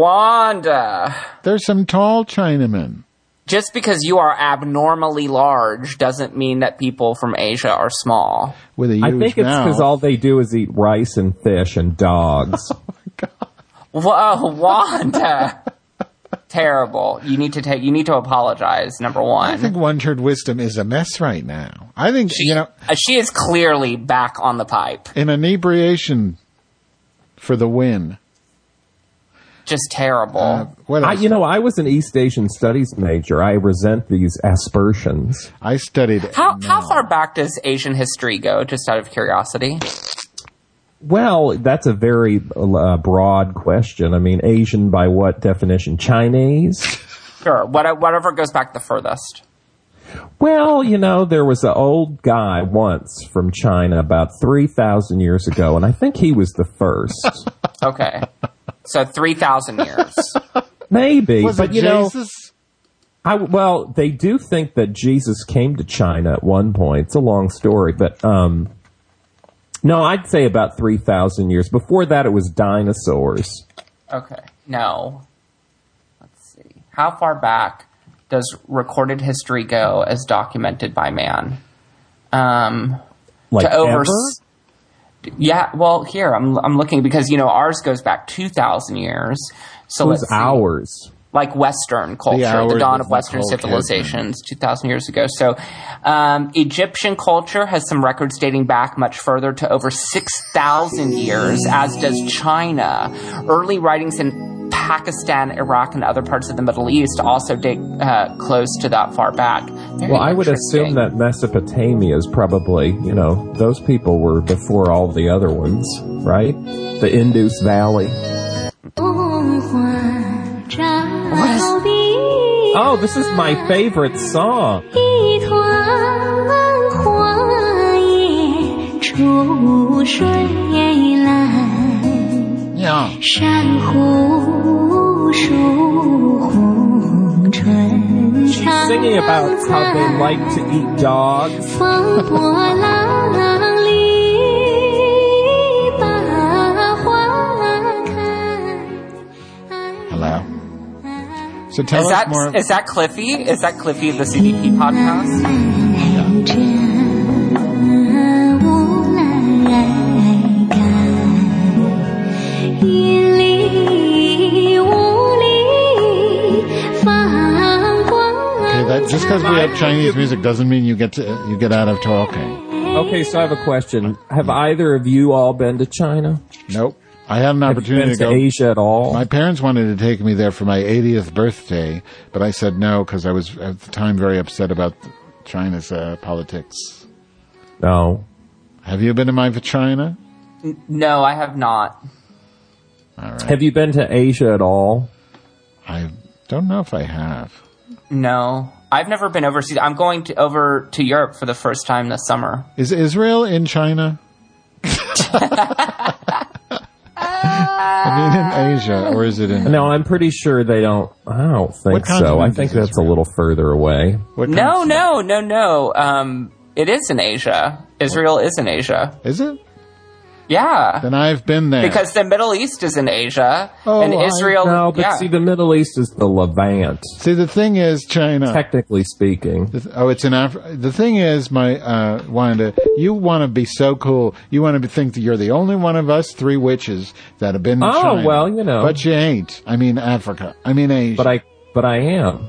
Speaker 3: Wanda,
Speaker 4: There's some tall Chinamen.
Speaker 3: just because you are abnormally large doesn't mean that people from Asia are small.
Speaker 4: with a huge
Speaker 7: I think it's
Speaker 4: mouth.
Speaker 7: because all they do is eat rice and fish and dogs.
Speaker 3: Whoa, Wanda. terrible. You need to take. You need to apologize. Number
Speaker 4: I think
Speaker 3: one,
Speaker 4: one turned wisdom is a mess right now. I think you know
Speaker 3: Uh, she is clearly back on the pipe.
Speaker 4: an inebriation for the win.
Speaker 3: Just terrible.
Speaker 4: Uh, what
Speaker 7: I,
Speaker 4: else?
Speaker 7: you know, I was an East Asian Studies major. I resent these aspersions.
Speaker 4: I studied.
Speaker 3: how how far back does Asian history go? Just out of curiosity.
Speaker 7: Well, that's a very uh, broad question. I mean, Asian by what definition? Chinese?
Speaker 3: Sure. What, whatever goes back the furthest.
Speaker 7: Well, you know, there was an old guy once from China about 3,000 years ago, and I think he was the first.
Speaker 3: Okay. so three thousand years.
Speaker 7: Maybe,
Speaker 4: was
Speaker 7: but
Speaker 4: it
Speaker 7: you know,
Speaker 4: Jesus?
Speaker 7: I, well, they do think that Jesus came to China at one point. It's a long story, but um, no, I'd say about 3,000 years. Before that, it was dinosaurs.
Speaker 3: Okay. No. Let's see. How far back does recorded history go as documented by man? Um,
Speaker 7: Like,
Speaker 3: to over.
Speaker 7: ever?
Speaker 3: Yeah. Well, here I'm I'm looking because you know ours goes back two thousand years. So
Speaker 7: It was
Speaker 3: let's see.
Speaker 7: hours.
Speaker 3: like Western culture, the,
Speaker 4: hours
Speaker 3: dawn
Speaker 4: of
Speaker 3: of Western
Speaker 4: Nicole Kidman.
Speaker 3: civilizations, two thousand years ago. So, um, Egyptian culture has some records dating back much further to over six thousand years, as does China. Early writings in Pakistan, Iraq, and other parts of the Middle East also date uh, close to that far back. Very
Speaker 7: Well, I would
Speaker 3: interesting.
Speaker 7: assume that Mesopotamia is probably, you know, those people were before all the other ones, right? The Indus Valley.
Speaker 8: What is?
Speaker 7: Oh, this is my favorite song.
Speaker 8: 一团花叶出水蓝，
Speaker 4: Yeah.
Speaker 8: 珊瑚树红唇
Speaker 7: She's
Speaker 8: 苍
Speaker 7: singing about how they
Speaker 8: 苍
Speaker 7: like to eat dogs.
Speaker 8: 风波浪里把花开。
Speaker 4: Hello. So tell
Speaker 3: Is
Speaker 4: us
Speaker 3: that
Speaker 4: more.
Speaker 3: is that Cliffy? Is that Cliffy of the CDP podcast?
Speaker 8: 这无奈感，眼里无力放光。
Speaker 4: Okay, that just because we have Chinese music doesn't mean you get to you get out of talking.
Speaker 7: Okay, so I have a question. Have either of you all been to China?
Speaker 4: Nope. I had an
Speaker 7: Have you
Speaker 4: opportunity to
Speaker 7: been to
Speaker 4: go.
Speaker 7: Asia at all?
Speaker 4: My parents wanted to take me there for my 80th birthday, but I said no because I was at the time very upset about China's uh, politics.
Speaker 7: No.
Speaker 4: Have you been to my vagina?
Speaker 3: No, I have not.
Speaker 4: All right.
Speaker 7: Have you been to Asia at all?
Speaker 4: I don't know if I have.
Speaker 3: No, I've never been overseas. I'm going to over to Europe for the first time this summer.
Speaker 4: Is Israel in China? I mean, in Asia, or is it in
Speaker 7: No, I'm pretty sure they don't. I don't
Speaker 4: What
Speaker 7: think so. I
Speaker 4: continent
Speaker 7: think
Speaker 4: is this
Speaker 7: that's a
Speaker 4: from?
Speaker 7: little further away.
Speaker 4: what
Speaker 3: No,
Speaker 4: country?
Speaker 3: no, no, no. Um, it is in Asia. Israel is in Asia.
Speaker 4: Is it?
Speaker 3: Yeah,
Speaker 4: Then I've been there.
Speaker 3: because the Middle East is in Asia,
Speaker 4: Oh,
Speaker 3: and
Speaker 4: I
Speaker 3: Israel.
Speaker 7: No, but
Speaker 3: yeah.
Speaker 7: see, the Middle East is the Levant,
Speaker 4: see, the thing is, China.
Speaker 7: technically speaking.
Speaker 4: The th- Oh, it's in Africa. The thing is, my uh, Wanda, you want to be so cool. You want to think that you're the only one of us three witches that have been. to
Speaker 7: Oh,
Speaker 4: China.
Speaker 7: well, you know.
Speaker 4: but you ain't. I mean, Africa. I mean, Asia.
Speaker 7: But I, but I am.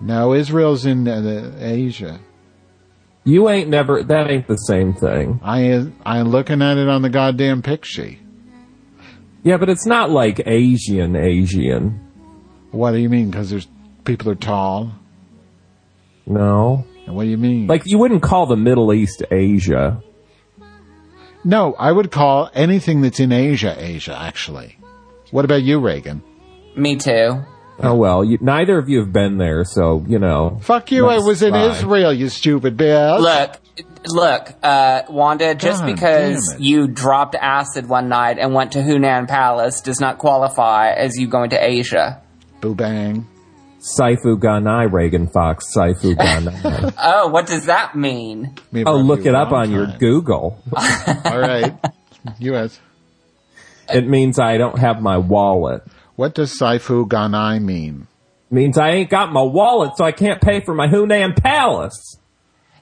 Speaker 4: no, Israel's in uh, the Asia.
Speaker 7: You ain't never. That ain't the same thing.
Speaker 4: I I'm looking at it on the goddamn picture.
Speaker 7: Yeah, but it's not like Asian Asian.
Speaker 4: What do you mean? Because there's people are tall.
Speaker 7: No,
Speaker 4: And what do you mean?
Speaker 7: like you wouldn't call the Middle East Asia.
Speaker 4: no, I would call anything that's in Asia Asia. Actually, what about you, Reagan?
Speaker 3: Me too.
Speaker 7: Oh well, you, neither of you have been there, so you know.
Speaker 4: Fuck you!
Speaker 7: Nice
Speaker 4: I was in
Speaker 7: try.
Speaker 4: Israel. You stupid bitch.
Speaker 3: Look, look, uh, Wanda. Just
Speaker 4: God
Speaker 3: because
Speaker 4: damn it.
Speaker 3: you dropped acid one night and went to Hunan Palace does not qualify as you going to Asia.
Speaker 4: Boo bang.
Speaker 7: Saifu Ganai, Reagan Fox, Saifu Ganai.
Speaker 3: Oh, what does that mean?
Speaker 4: Me
Speaker 7: oh,
Speaker 4: rubbed
Speaker 7: look
Speaker 4: you
Speaker 7: it
Speaker 4: a
Speaker 7: up
Speaker 4: long
Speaker 7: on your
Speaker 4: time.
Speaker 7: Google.
Speaker 4: All right. U.S.
Speaker 7: It means I don't have my wallet.
Speaker 4: What does Saifu Ganai mean?
Speaker 7: means I ain't got my wallet, so I can't pay for my Hunan Palace.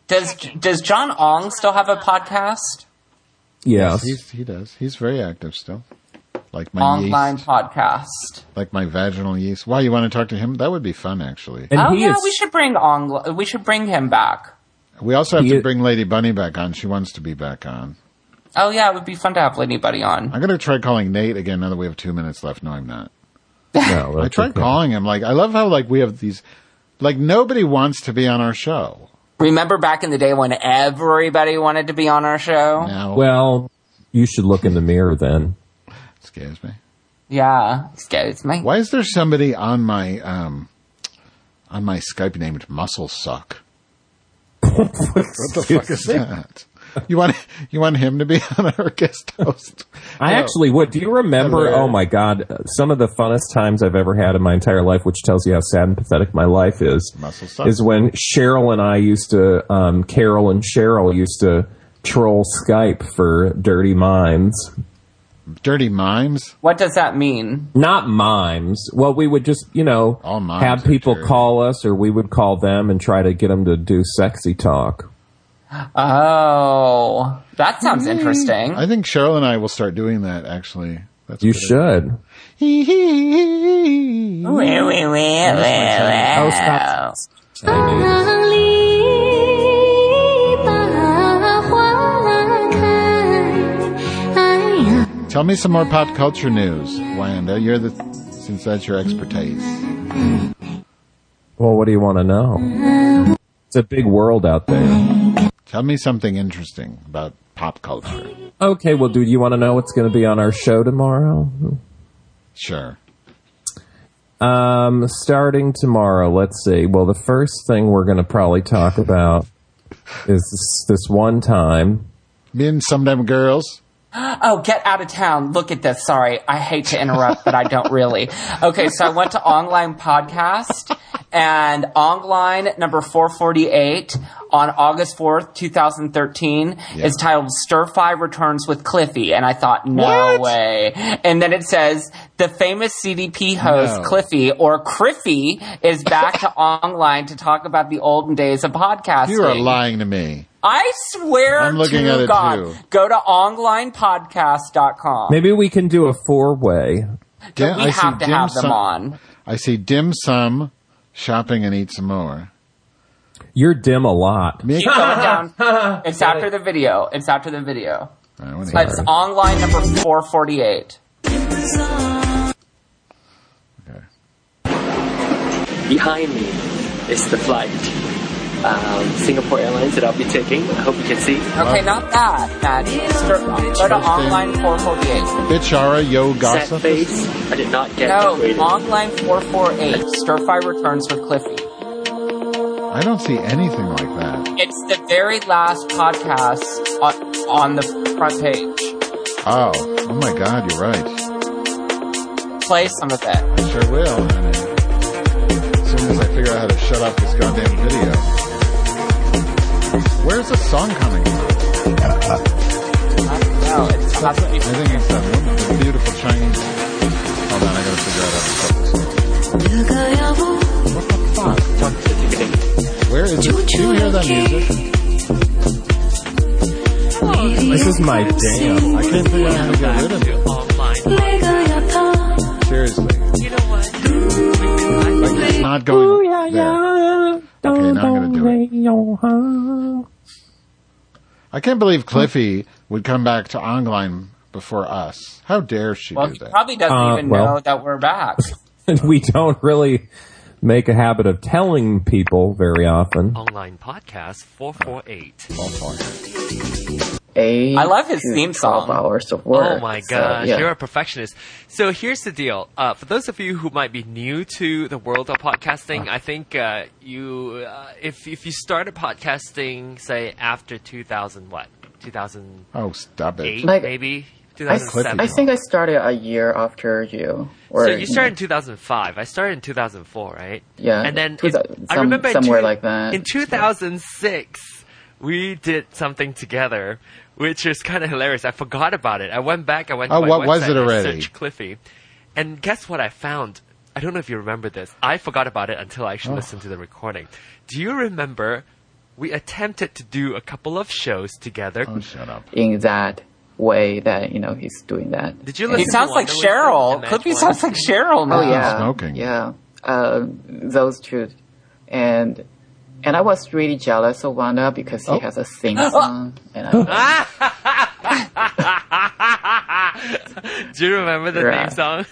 Speaker 3: Does Does John Ong still have a podcast?
Speaker 7: Yes.
Speaker 4: He's, he does. He's very active still. Like my
Speaker 3: online
Speaker 4: yeast,
Speaker 3: podcast.
Speaker 4: like my vaginal yeast. Wow, you want to talk to him? That would be fun, actually.
Speaker 7: And
Speaker 3: oh
Speaker 7: he
Speaker 3: yeah,
Speaker 7: is
Speaker 3: we should bring on. We should bring him back.
Speaker 4: We also have
Speaker 7: He
Speaker 4: to
Speaker 7: is-
Speaker 4: bring Lady Bunny back on. She wants to be back on.
Speaker 3: Oh yeah, it would be fun to have Lady Buddy on.
Speaker 4: I'm going to try calling Nate again now that we have two minutes left. No, I'm not.
Speaker 7: no,
Speaker 4: I
Speaker 7: that's
Speaker 4: tried
Speaker 7: okay.
Speaker 4: calling him. Like, I love how, like, we have these, like, nobody wants to be on our show
Speaker 3: Remember back in the day when everybody wanted to be on our show?
Speaker 4: now.
Speaker 7: Well, you should look in the mirror then.
Speaker 4: excuse me.
Speaker 3: Yeah, excuse me.
Speaker 4: Why is there somebody on my, um, on my Skype named Muscle Suck? What the fuck is that? You want, you want him to be on our guest host?
Speaker 7: I actually would. Do you remember?
Speaker 4: Oh. Hello.
Speaker 7: Oh my God! uh, Some of the funnest times I've ever had in my entire life, which tells you how sad and pathetic my life is,
Speaker 4: Muscle sucks.
Speaker 7: is when Cheryl and I used to, um, Carol and Cheryl used to troll Skype for dirty mimes.
Speaker 4: Dirty Mimes?
Speaker 3: What does that mean?
Speaker 7: Not mimes. Well, we would just, you know,
Speaker 4: All mimes
Speaker 7: have
Speaker 4: are
Speaker 7: people
Speaker 4: dirty.
Speaker 7: call us, or we would call them and try to get them to do sexy talk.
Speaker 3: Oh, that sounds
Speaker 7: Mm.
Speaker 3: interesting.
Speaker 4: I think Cheryl and I will start doing that, actually. That's
Speaker 7: You
Speaker 4: good.
Speaker 7: should.
Speaker 3: Wee, wee, wee, wee, wee.
Speaker 7: stop. Chinese.
Speaker 8: 巴黎，把花开，哎呀。
Speaker 4: Tell me some more pop culture news, Wanda. You're the since that's your expertise.
Speaker 7: Well, what do you want to know? It's a big world out there.
Speaker 4: Tell me something interesting about pop culture.
Speaker 7: Okay, well, dude, you want to know what's going to be on our show tomorrow?
Speaker 4: Sure.
Speaker 7: Um, starting tomorrow, let's see. Well, the first thing we're going to probably talk about is this, this one time.
Speaker 4: Me and some damn girls.
Speaker 3: Oh, get out of town. Look at this. Sorry. I hate to interrupt, but I don't really. Okay, so I went to Online Podcast and Online number 448 on August 4th, 2013
Speaker 4: Yeah.
Speaker 3: is titled Stir Fry Returns with Cliffy. And I thought, no
Speaker 4: What?
Speaker 3: way. And then it says the famous CDP host
Speaker 4: No.
Speaker 3: Cliffy or Criffy is back to Online to talk about the olden days of podcasting.
Speaker 4: You are lying to me.
Speaker 3: I swear
Speaker 4: I'm looking
Speaker 3: to
Speaker 4: at it,
Speaker 3: God,
Speaker 4: too.
Speaker 3: go to onlinepodcast.com.
Speaker 7: Maybe we can do a four way.
Speaker 4: Dim-
Speaker 3: we have to
Speaker 4: dim
Speaker 3: have them
Speaker 4: sum-
Speaker 3: on.
Speaker 4: I see dim sum, shopping and eat some more.
Speaker 7: You're dim a lot.
Speaker 4: Me-
Speaker 3: Keep going down. It's after the video. It's after the video.
Speaker 4: I wanna hear
Speaker 3: But it's
Speaker 4: it.
Speaker 3: online number 448.
Speaker 4: Okay.
Speaker 9: Behind me is the flight. Um, Singapore Airlines that I'll be taking. I hope you can see.
Speaker 3: Okay, not that, Maddie. Start- Go to online 448.
Speaker 4: Bitchara yo
Speaker 9: Sad
Speaker 4: gossip.
Speaker 9: face. I did not get
Speaker 3: No,
Speaker 9: upgraded.
Speaker 3: online 448. Stirfy returns with Cliffy.
Speaker 4: I don't see anything like that.
Speaker 3: It's the very last podcast on, on the front page.
Speaker 4: Oh, oh my God, you're right.
Speaker 3: Play some of it.
Speaker 4: I sure will. honey. As soon as I figure out how to shut off this goddamn video. Where's the song coming from?
Speaker 3: I don't know. It's, that's what you
Speaker 4: I think it's that one, the beautiful Chinese. Hold on, I gotta figure out how to stop this. Where is it? Do you hear that music?
Speaker 7: This is my jam.
Speaker 4: I can't figure out how to get rid of it. Seriously. Like, it's not going there. Okay, now I'm gonna
Speaker 7: do it.
Speaker 4: I can't believe Cliffy would come back to online before us. How dare she
Speaker 3: Well,
Speaker 4: do
Speaker 3: he
Speaker 4: that?
Speaker 3: probably doesn't
Speaker 7: Uh,
Speaker 3: even
Speaker 7: well.
Speaker 3: know that we're back.
Speaker 7: And we don't really make a habit of telling people very often.
Speaker 9: Online podcast 448.
Speaker 3: I love his theme song.
Speaker 9: Oh my gosh, you're a perfectionist. So here's the deal. Uh, for those of you who might be new to the world of podcasting, I think uh, you, uh, if if you started podcasting, say after 2000, what 2008,
Speaker 4: Oh, stop it.
Speaker 9: maybe
Speaker 4: Cliffy.
Speaker 9: 2007.
Speaker 10: I think I started a year after you. Or,
Speaker 9: So you started in 2005. I started in 2004, right?
Speaker 10: Yeah,
Speaker 9: And then
Speaker 10: two
Speaker 9: in-
Speaker 10: thou-
Speaker 9: I
Speaker 10: some-
Speaker 9: remember in
Speaker 10: somewhere
Speaker 9: two-
Speaker 10: like that.
Speaker 9: In 2006, we did something together, which is kind of hilarious. I forgot about it. I went back. I went.
Speaker 4: Oh,
Speaker 9: to my
Speaker 4: what was it
Speaker 9: website and I
Speaker 4: already?
Speaker 9: searched Cliffy, and guess what I found? I don't know if you remember this. I forgot about it until I
Speaker 4: Oh.
Speaker 9: actually listened to the recording. Do you remember? We attempted to do a couple of shows together.
Speaker 4: Oh, shut up.
Speaker 10: in that
Speaker 9: way that you know he's doing that.
Speaker 11: Did you
Speaker 9: And-
Speaker 11: listen?
Speaker 3: He sounds
Speaker 11: to
Speaker 3: like
Speaker 11: Wonderwist
Speaker 3: Cheryl.
Speaker 11: and Match
Speaker 3: Could be
Speaker 11: One?
Speaker 3: sounds like Cheryl now.
Speaker 9: Oh yeah,
Speaker 4: smoking.
Speaker 9: Yeah, uh, those two, and and I was really jealous of Wanda because
Speaker 3: Oh.
Speaker 9: he has a sing song, and I,
Speaker 11: Do you remember the
Speaker 9: Right.
Speaker 11: theme song?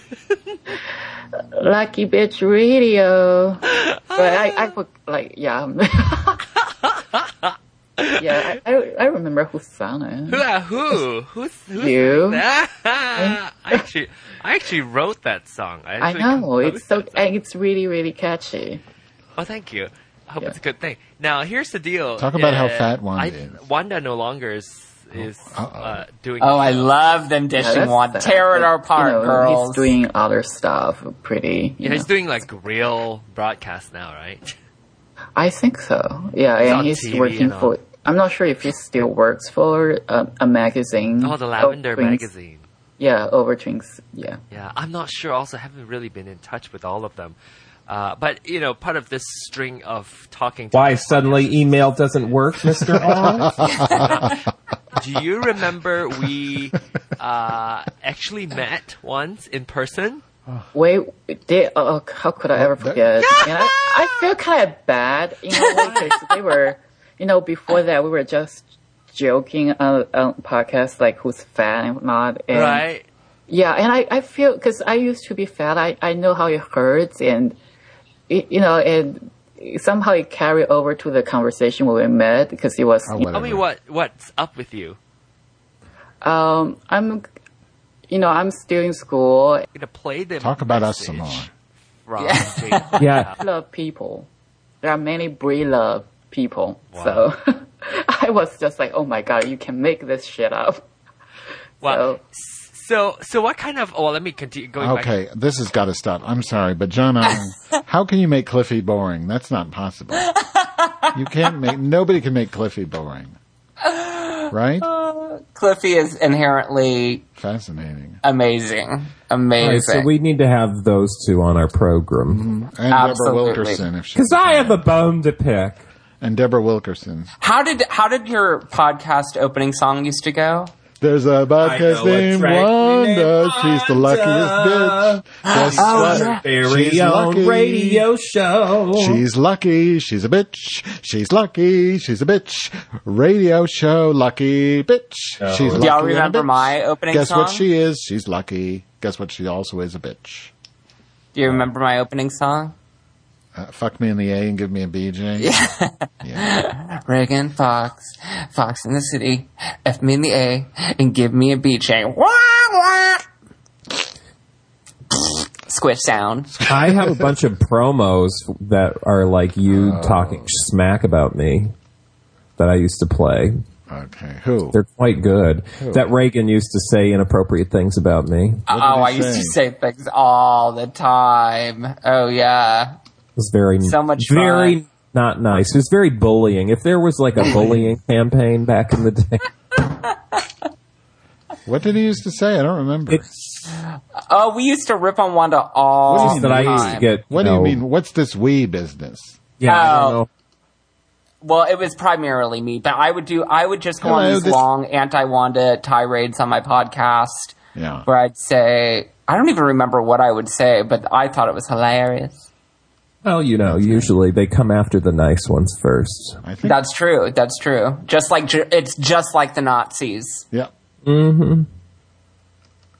Speaker 9: lucky bitch radio. But I,
Speaker 11: Ah.
Speaker 9: I for- like yeah. yeah, I, I I remember who sang
Speaker 11: Who?
Speaker 9: it.
Speaker 11: uh, Who? Who's? who's
Speaker 9: You.
Speaker 11: I actually, I actually wrote that song. I,
Speaker 9: I
Speaker 11: actually
Speaker 9: know it's
Speaker 11: composed
Speaker 9: so
Speaker 11: that song.
Speaker 9: and it's really really catchy.
Speaker 11: Oh, thank you. I hope
Speaker 9: Yeah.
Speaker 11: it's a good thing. Now, here's the deal. Uh,
Speaker 4: Talk about how fat Wanda
Speaker 11: Wanda
Speaker 4: is. Oh,
Speaker 11: Wanda no longer is is
Speaker 4: Uh-oh.
Speaker 11: uh, doing.
Speaker 3: Oh, I love them dishing
Speaker 9: that's
Speaker 3: one.
Speaker 9: sad,
Speaker 3: Tear it
Speaker 9: but,
Speaker 3: apart,
Speaker 9: you know,
Speaker 3: girls.
Speaker 9: He's doing other stuff, pretty. You
Speaker 11: yeah, he's
Speaker 9: know.
Speaker 11: doing like real broadcast now, right?
Speaker 9: I think so. Yeah,
Speaker 11: on
Speaker 9: and he's
Speaker 11: TV
Speaker 9: working
Speaker 11: and all.
Speaker 9: for. I'm not sure if he still works for a, a magazine.
Speaker 11: Oh, the Lavender
Speaker 9: Twinks.
Speaker 11: magazine.
Speaker 9: Yeah, over Twinks. Yeah,
Speaker 11: Yeah, I'm not sure. Also, haven't really been in touch with all of them. Uh, but you know, part of this string of talking. To
Speaker 7: Why suddenly email doesn't work, Mister R?
Speaker 11: Do you remember we uh, actually met once in person?
Speaker 9: wait, they, oh, how could I ever forget? and I, I feel kind of bad, you know, because they were, you know, before that we were just joking on, on podcasts like who's fat and not, and
Speaker 11: Right.
Speaker 9: Yeah, and I, I feel because I used to be fat. I, I know how it hurts, and it, you know, and somehow it carried over to the conversation when we met because it was.
Speaker 4: Oh,
Speaker 11: Tell me
Speaker 4: whatever.
Speaker 11: what what's up with you.
Speaker 9: um, I'm, you know, I'm still in school.
Speaker 11: We're gonna play the
Speaker 4: Talk about us
Speaker 11: message
Speaker 4: some more.
Speaker 11: From Jake.
Speaker 7: yeah,
Speaker 9: I love people. There are many Brilla people, so I was just like, oh my god, you can make this shit up.
Speaker 11: Well,
Speaker 9: So-
Speaker 11: so so what kind of? Oh, let me continue going back.
Speaker 4: Okay, this has got to stop. I'm sorry, but John, Allen, how can you make Cliffy boring? That's not possible. You can't make nobody can make Cliffy boring, right?
Speaker 3: Cliffy is inherently
Speaker 4: Fascinating.
Speaker 3: amazing. Amazing.
Speaker 7: All right, so we need to have those two on our program
Speaker 4: And
Speaker 3: Absolutely.
Speaker 4: Deborah Wilkerson, if she
Speaker 7: because I have a bone to pick.
Speaker 4: and Deborah Wilkerson.
Speaker 3: how did how did your podcast opening song used to go?
Speaker 4: There's a podcast
Speaker 7: know a
Speaker 4: named
Speaker 7: track named
Speaker 4: Wanda. She's the luckiest bitch. Guess what? She's
Speaker 7: Very own
Speaker 4: lucky.
Speaker 7: radio show.
Speaker 3: Uh-huh.
Speaker 4: She's lucky. She's a bitch. She's lucky. She's a bitch. Radio show lucky bitch. She's
Speaker 7: Do
Speaker 4: lucky.
Speaker 3: Oh. y'all
Speaker 4: and a
Speaker 3: remember
Speaker 4: bitch.
Speaker 3: my opening
Speaker 4: Guess what
Speaker 3: song?
Speaker 4: she is? She's lucky. Guess what she also is? A bitch.
Speaker 3: Do you remember my opening song?
Speaker 4: Uh, fuck me in the A and give me a BJ. Yeah.
Speaker 3: Reagan Fox, Fox in the City, F me in the A, and give me a BJ. Wah, wah. Squish sound.
Speaker 7: I have a bunch of promos that are like you talking smack about me that I used to play.
Speaker 4: Okay. Who?
Speaker 7: They're quite good. That Reagan used to say inappropriate things about me. It
Speaker 3: Oh, I used to say things all the time. Oh yeah.
Speaker 7: was very
Speaker 3: So much
Speaker 7: very
Speaker 3: fun.
Speaker 7: not nice. It was very bullying. If there was like a bullying campaign back in the day,
Speaker 4: What did he used to say? I don't remember.
Speaker 3: Oh, we used to rip on Wanda all
Speaker 7: that
Speaker 3: the
Speaker 7: I
Speaker 3: time.
Speaker 7: used to get.
Speaker 4: what do
Speaker 7: know,
Speaker 4: you mean? What's this we business?
Speaker 7: Yeah, I
Speaker 3: Oh.
Speaker 7: don't know.
Speaker 3: Well, it was primarily me, but I would do. I would just go on
Speaker 4: Hello,
Speaker 3: these
Speaker 4: this-
Speaker 3: long anti-Wanda tirades on my podcast,
Speaker 4: Yeah.
Speaker 3: where I'd say I don't even remember what I would say, but I thought it was hilarious.
Speaker 7: Well, you know, usually they come after the nice ones first.
Speaker 4: I think.
Speaker 3: That's true. That's true. Just like ju- it's just like the Nazis.
Speaker 4: yeah.
Speaker 7: Mm-hmm.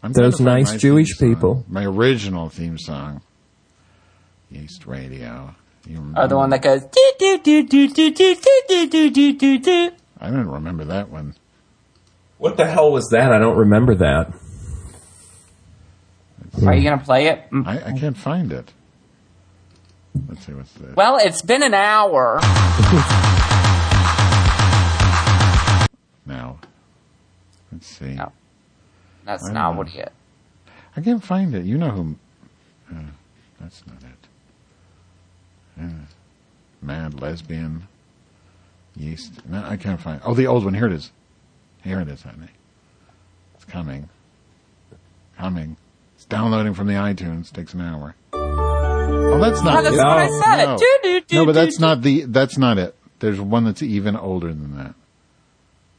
Speaker 4: I'm trying to
Speaker 7: Those
Speaker 4: find
Speaker 7: nice
Speaker 4: my
Speaker 7: Jewish
Speaker 4: theme song.
Speaker 7: people.
Speaker 4: My original theme song. Yeast Radio. You remember?
Speaker 3: Oh, the one that goes do do do do do do do do do do do do.
Speaker 4: I don't remember that one.
Speaker 7: What the hell was that? I don't remember that.
Speaker 3: Are you gonna play it? Mm.
Speaker 4: I, I can't find it. Let's see what's this.
Speaker 3: Well, it's been an hour.
Speaker 4: now. Let's see.
Speaker 3: No. That's
Speaker 4: I
Speaker 3: not
Speaker 4: know.
Speaker 3: what it.
Speaker 4: I can't find it. You know who? Uh, that's not it. Uh, mad lesbian yeast. No, I can't find. Oh, the old one. Here it is. Here it is, honey. It's coming. Coming. It's downloading from the iTunes. Takes an hour. Oh, that's not.
Speaker 3: Oh, that's
Speaker 4: it.
Speaker 3: what I
Speaker 7: No,
Speaker 3: said.
Speaker 4: no.
Speaker 3: Do, do, do,
Speaker 4: No, but
Speaker 3: do,
Speaker 4: that's
Speaker 3: do.
Speaker 4: not the. That's not it. There's one that's even older than that.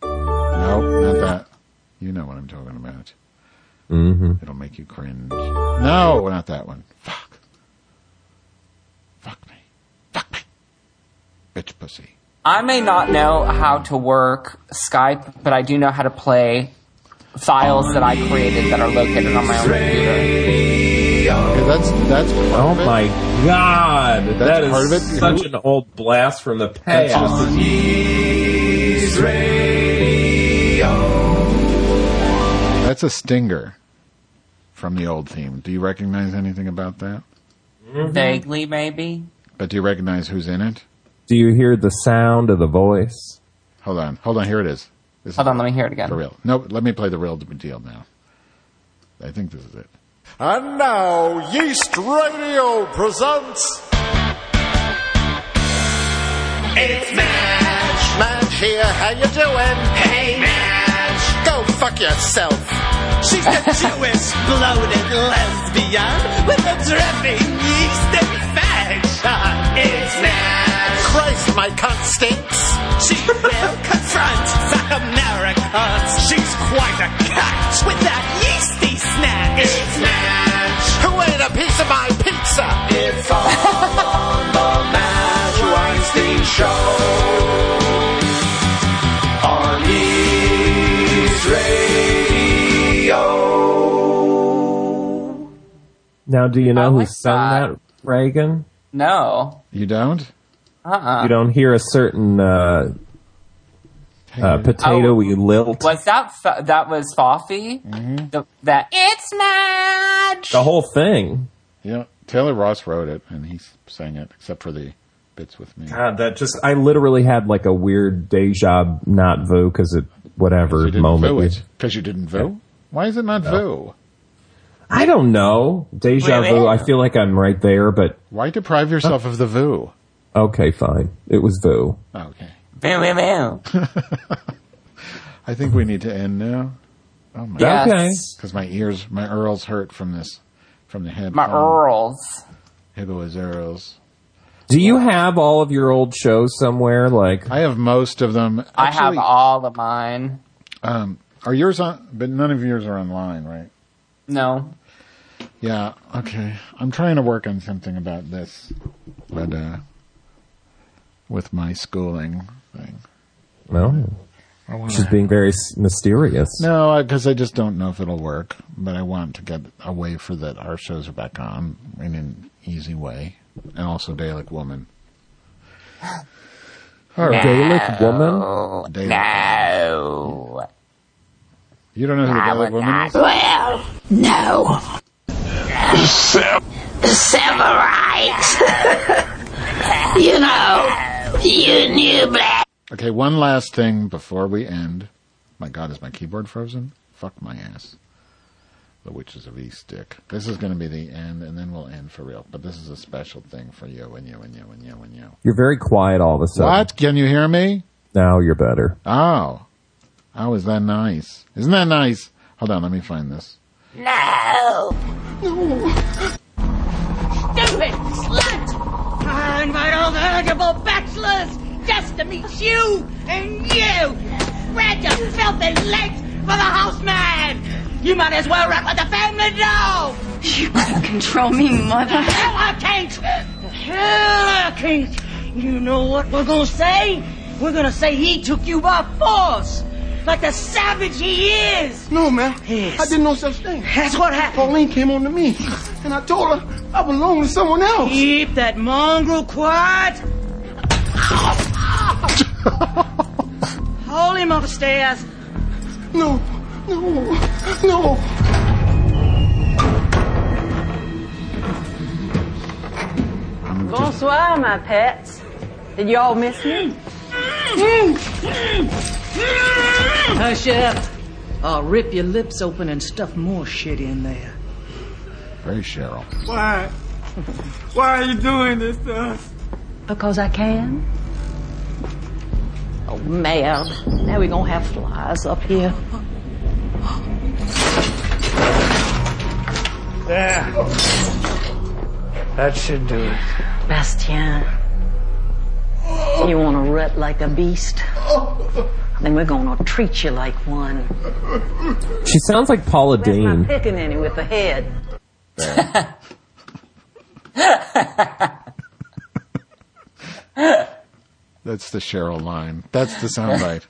Speaker 4: Nope, not that. You know what I'm talking about.
Speaker 7: Mm-hmm.
Speaker 4: It'll make you cringe. No, not that one. Fuck. Fuck me. Fuck me. Bitch pussy.
Speaker 3: I may not know how to work Skype, but I do know how to play files that I created that are located on my own computer.
Speaker 4: Okay, that's that's part
Speaker 7: Oh
Speaker 4: of it.
Speaker 7: my god, That's
Speaker 4: That's part of it.
Speaker 7: such an old blast from the
Speaker 4: That's
Speaker 7: past.
Speaker 4: on. That's a stinger from the old theme. Do you recognize anything about that?
Speaker 3: Vaguely, maybe.
Speaker 4: But do you recognize who's in it?
Speaker 7: Do you hear the sound of the voice?
Speaker 4: Hold on. Hold on. Here it is. This
Speaker 3: Hold
Speaker 4: is
Speaker 3: on, let me hear it
Speaker 4: for
Speaker 3: again.
Speaker 4: real. No, let me play the real deal now. I think this is it.
Speaker 5: And now, Yeast Radio presents. It's Madge! Madge here, how you doing? Hey, Madge! Go fuck yourself! She's a Jewish bloated lesbian with a dripping yeast infection! It's Madge! Christ, my cunt stinks! She will confront the Americans! She's quite a cunt with that yeasty snack! It's Madge! Who ate a piece of my pizza? It's all on the Madge Weinstein Show! on Ease Radio.
Speaker 7: Now, do you know
Speaker 3: I
Speaker 7: who
Speaker 3: like
Speaker 7: sung
Speaker 3: that.
Speaker 7: that, Reagan?
Speaker 3: No.
Speaker 4: You don't?
Speaker 3: Uh-uh.
Speaker 7: you don't hear a certain uh, uh, potatoy lilt.
Speaker 3: Was that fa- that was Foffy?
Speaker 4: Mm-hmm.
Speaker 3: The, that it's Madge.
Speaker 7: The whole thing.
Speaker 4: You know, Taylor Ross wrote it and he s- sang it, except for the bits with me.
Speaker 7: God, that just I literally had like a weird deja not vu because it
Speaker 4: Because
Speaker 7: whatever
Speaker 4: you didn't
Speaker 7: moment.
Speaker 4: voo it. Because you didn't voo? Why is it not voo?
Speaker 7: I don't know deja
Speaker 3: Wait,
Speaker 7: vu.
Speaker 3: wait.
Speaker 7: I feel like I'm right there, but
Speaker 4: Why deprive yourself of the voo?
Speaker 7: okay, fine. It was vu.
Speaker 4: Okay.
Speaker 3: Boo, boo, boo.
Speaker 4: I think we need to end now. Oh my
Speaker 7: Yeah. Okay.
Speaker 3: Yes.
Speaker 4: Because my ears, my earls hurt from this, from the head. um,
Speaker 3: My Earls.
Speaker 4: Hibble is earls.
Speaker 7: Do you have all of your old shows somewhere? Like
Speaker 4: I have most of them.
Speaker 3: I have
Speaker 4: Actually,
Speaker 3: all of mine.
Speaker 4: Um, are yours on? But none of yours are online, right?
Speaker 3: No.
Speaker 4: Yeah. Okay. I'm trying to work on something about this, but uh, with my schooling thing.
Speaker 7: no,
Speaker 4: I wanna-
Speaker 7: she's being very s- mysterious.
Speaker 4: No, because I just don't know if it'll work. But I want to get a way for that our shows are back on in an easy way, and also Dalek Woman. All right.
Speaker 7: Gaelic woman.
Speaker 3: Oh,
Speaker 4: Daily.
Speaker 3: no.
Speaker 4: You don't know who the
Speaker 3: I
Speaker 4: Dalek
Speaker 3: would
Speaker 4: Woman
Speaker 3: not.
Speaker 4: is?
Speaker 9: Well, no. Severite. you know, you knew black.
Speaker 4: Okay, one last thing before we end. My God, is my keyboard frozen? Fuck my ass. The Witches of East stick. This is going to be the end, and then we'll end for real. But this is a special thing for you and you and you and you and you.
Speaker 7: You're very quiet all of a sudden.
Speaker 4: What? Can you hear me?
Speaker 7: Now you're better.
Speaker 4: Oh. Oh, is that nice? Isn't that nice? Hold on, let me find this.
Speaker 9: No. No. Stupid slut. I invite all the eligible bachelors just to meet you and you. Spread your filthy legs for the houseman. You might as well wrap with the family dog. You couldn't control me, mother. Hell, I can't. Hell, I can't. You know what we're gonna say? We're gonna say he took you by force, like the savage he is.
Speaker 5: No, man. I did no such thing.
Speaker 9: That's what happened.
Speaker 5: Pauline came on to me, and I told her I belong to someone else.
Speaker 9: Keep that mongrel quiet. Hold him upstairs.
Speaker 5: No, no, no.
Speaker 12: Bonsoir, my pets. Did y'all miss me? Hush up. I'll rip your lips open and stuff more shit in there.
Speaker 4: Very Cheryl.
Speaker 13: Why? Why are you doing this to us?
Speaker 12: Because I can. Oh, man. Now we're gonna have flies up here.
Speaker 5: That should do it.
Speaker 12: Bastien. You want to rut like a beast?
Speaker 14: then we're going to treat you like one.
Speaker 7: She sounds like Paula
Speaker 14: I'm
Speaker 7: Dean.
Speaker 14: picking any with the head.
Speaker 4: That's the Cheryl line. That's the soundbite.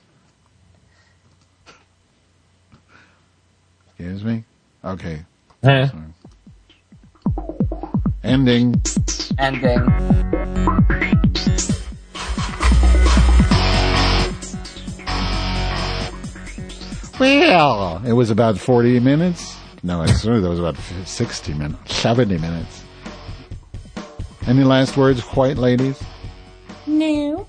Speaker 4: Excuse me? Okay. Sorry. Ending.
Speaker 3: Ending.
Speaker 4: Well, it was about 40 minutes. No, actually, that was about 60 minutes, 70 minutes. Any last words, white ladies?
Speaker 14: No.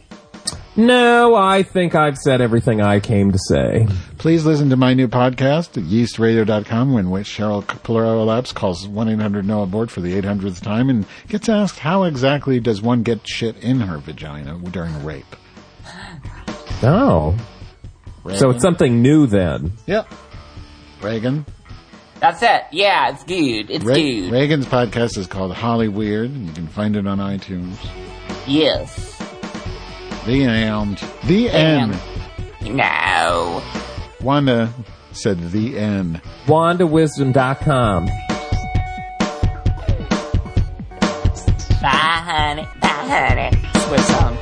Speaker 7: No, I think I've said everything I came to say.
Speaker 4: Please listen to my new podcast at yeastradio.com when which Cheryl Plurolaps calls 1-800-NO-ABORT for the 800th time and gets asked how exactly does one get shit in her vagina during rape.
Speaker 7: Oh. So it's something new then.
Speaker 4: Yep. Reagan.
Speaker 3: That's it. Yeah, it's good. It's
Speaker 4: Ra-
Speaker 3: good.
Speaker 4: Reagan's podcast is called Holly Weird. You can find it on iTunes.
Speaker 3: Yes.
Speaker 4: The end. The end.
Speaker 3: No.
Speaker 4: Wanda said the end.
Speaker 7: WandaWisdom.com.
Speaker 3: Bye, honey. Bye, honey. Swiss song.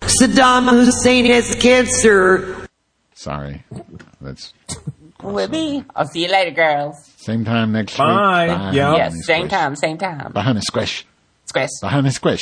Speaker 15: Saddam Hussein has cancer.
Speaker 4: Sorry. That's
Speaker 3: With me. I'll see you later, girls.
Speaker 4: same time next week.
Speaker 3: Yes, same time, same time.
Speaker 4: Behind a squish.
Speaker 3: Squish.
Speaker 4: Behind a squish.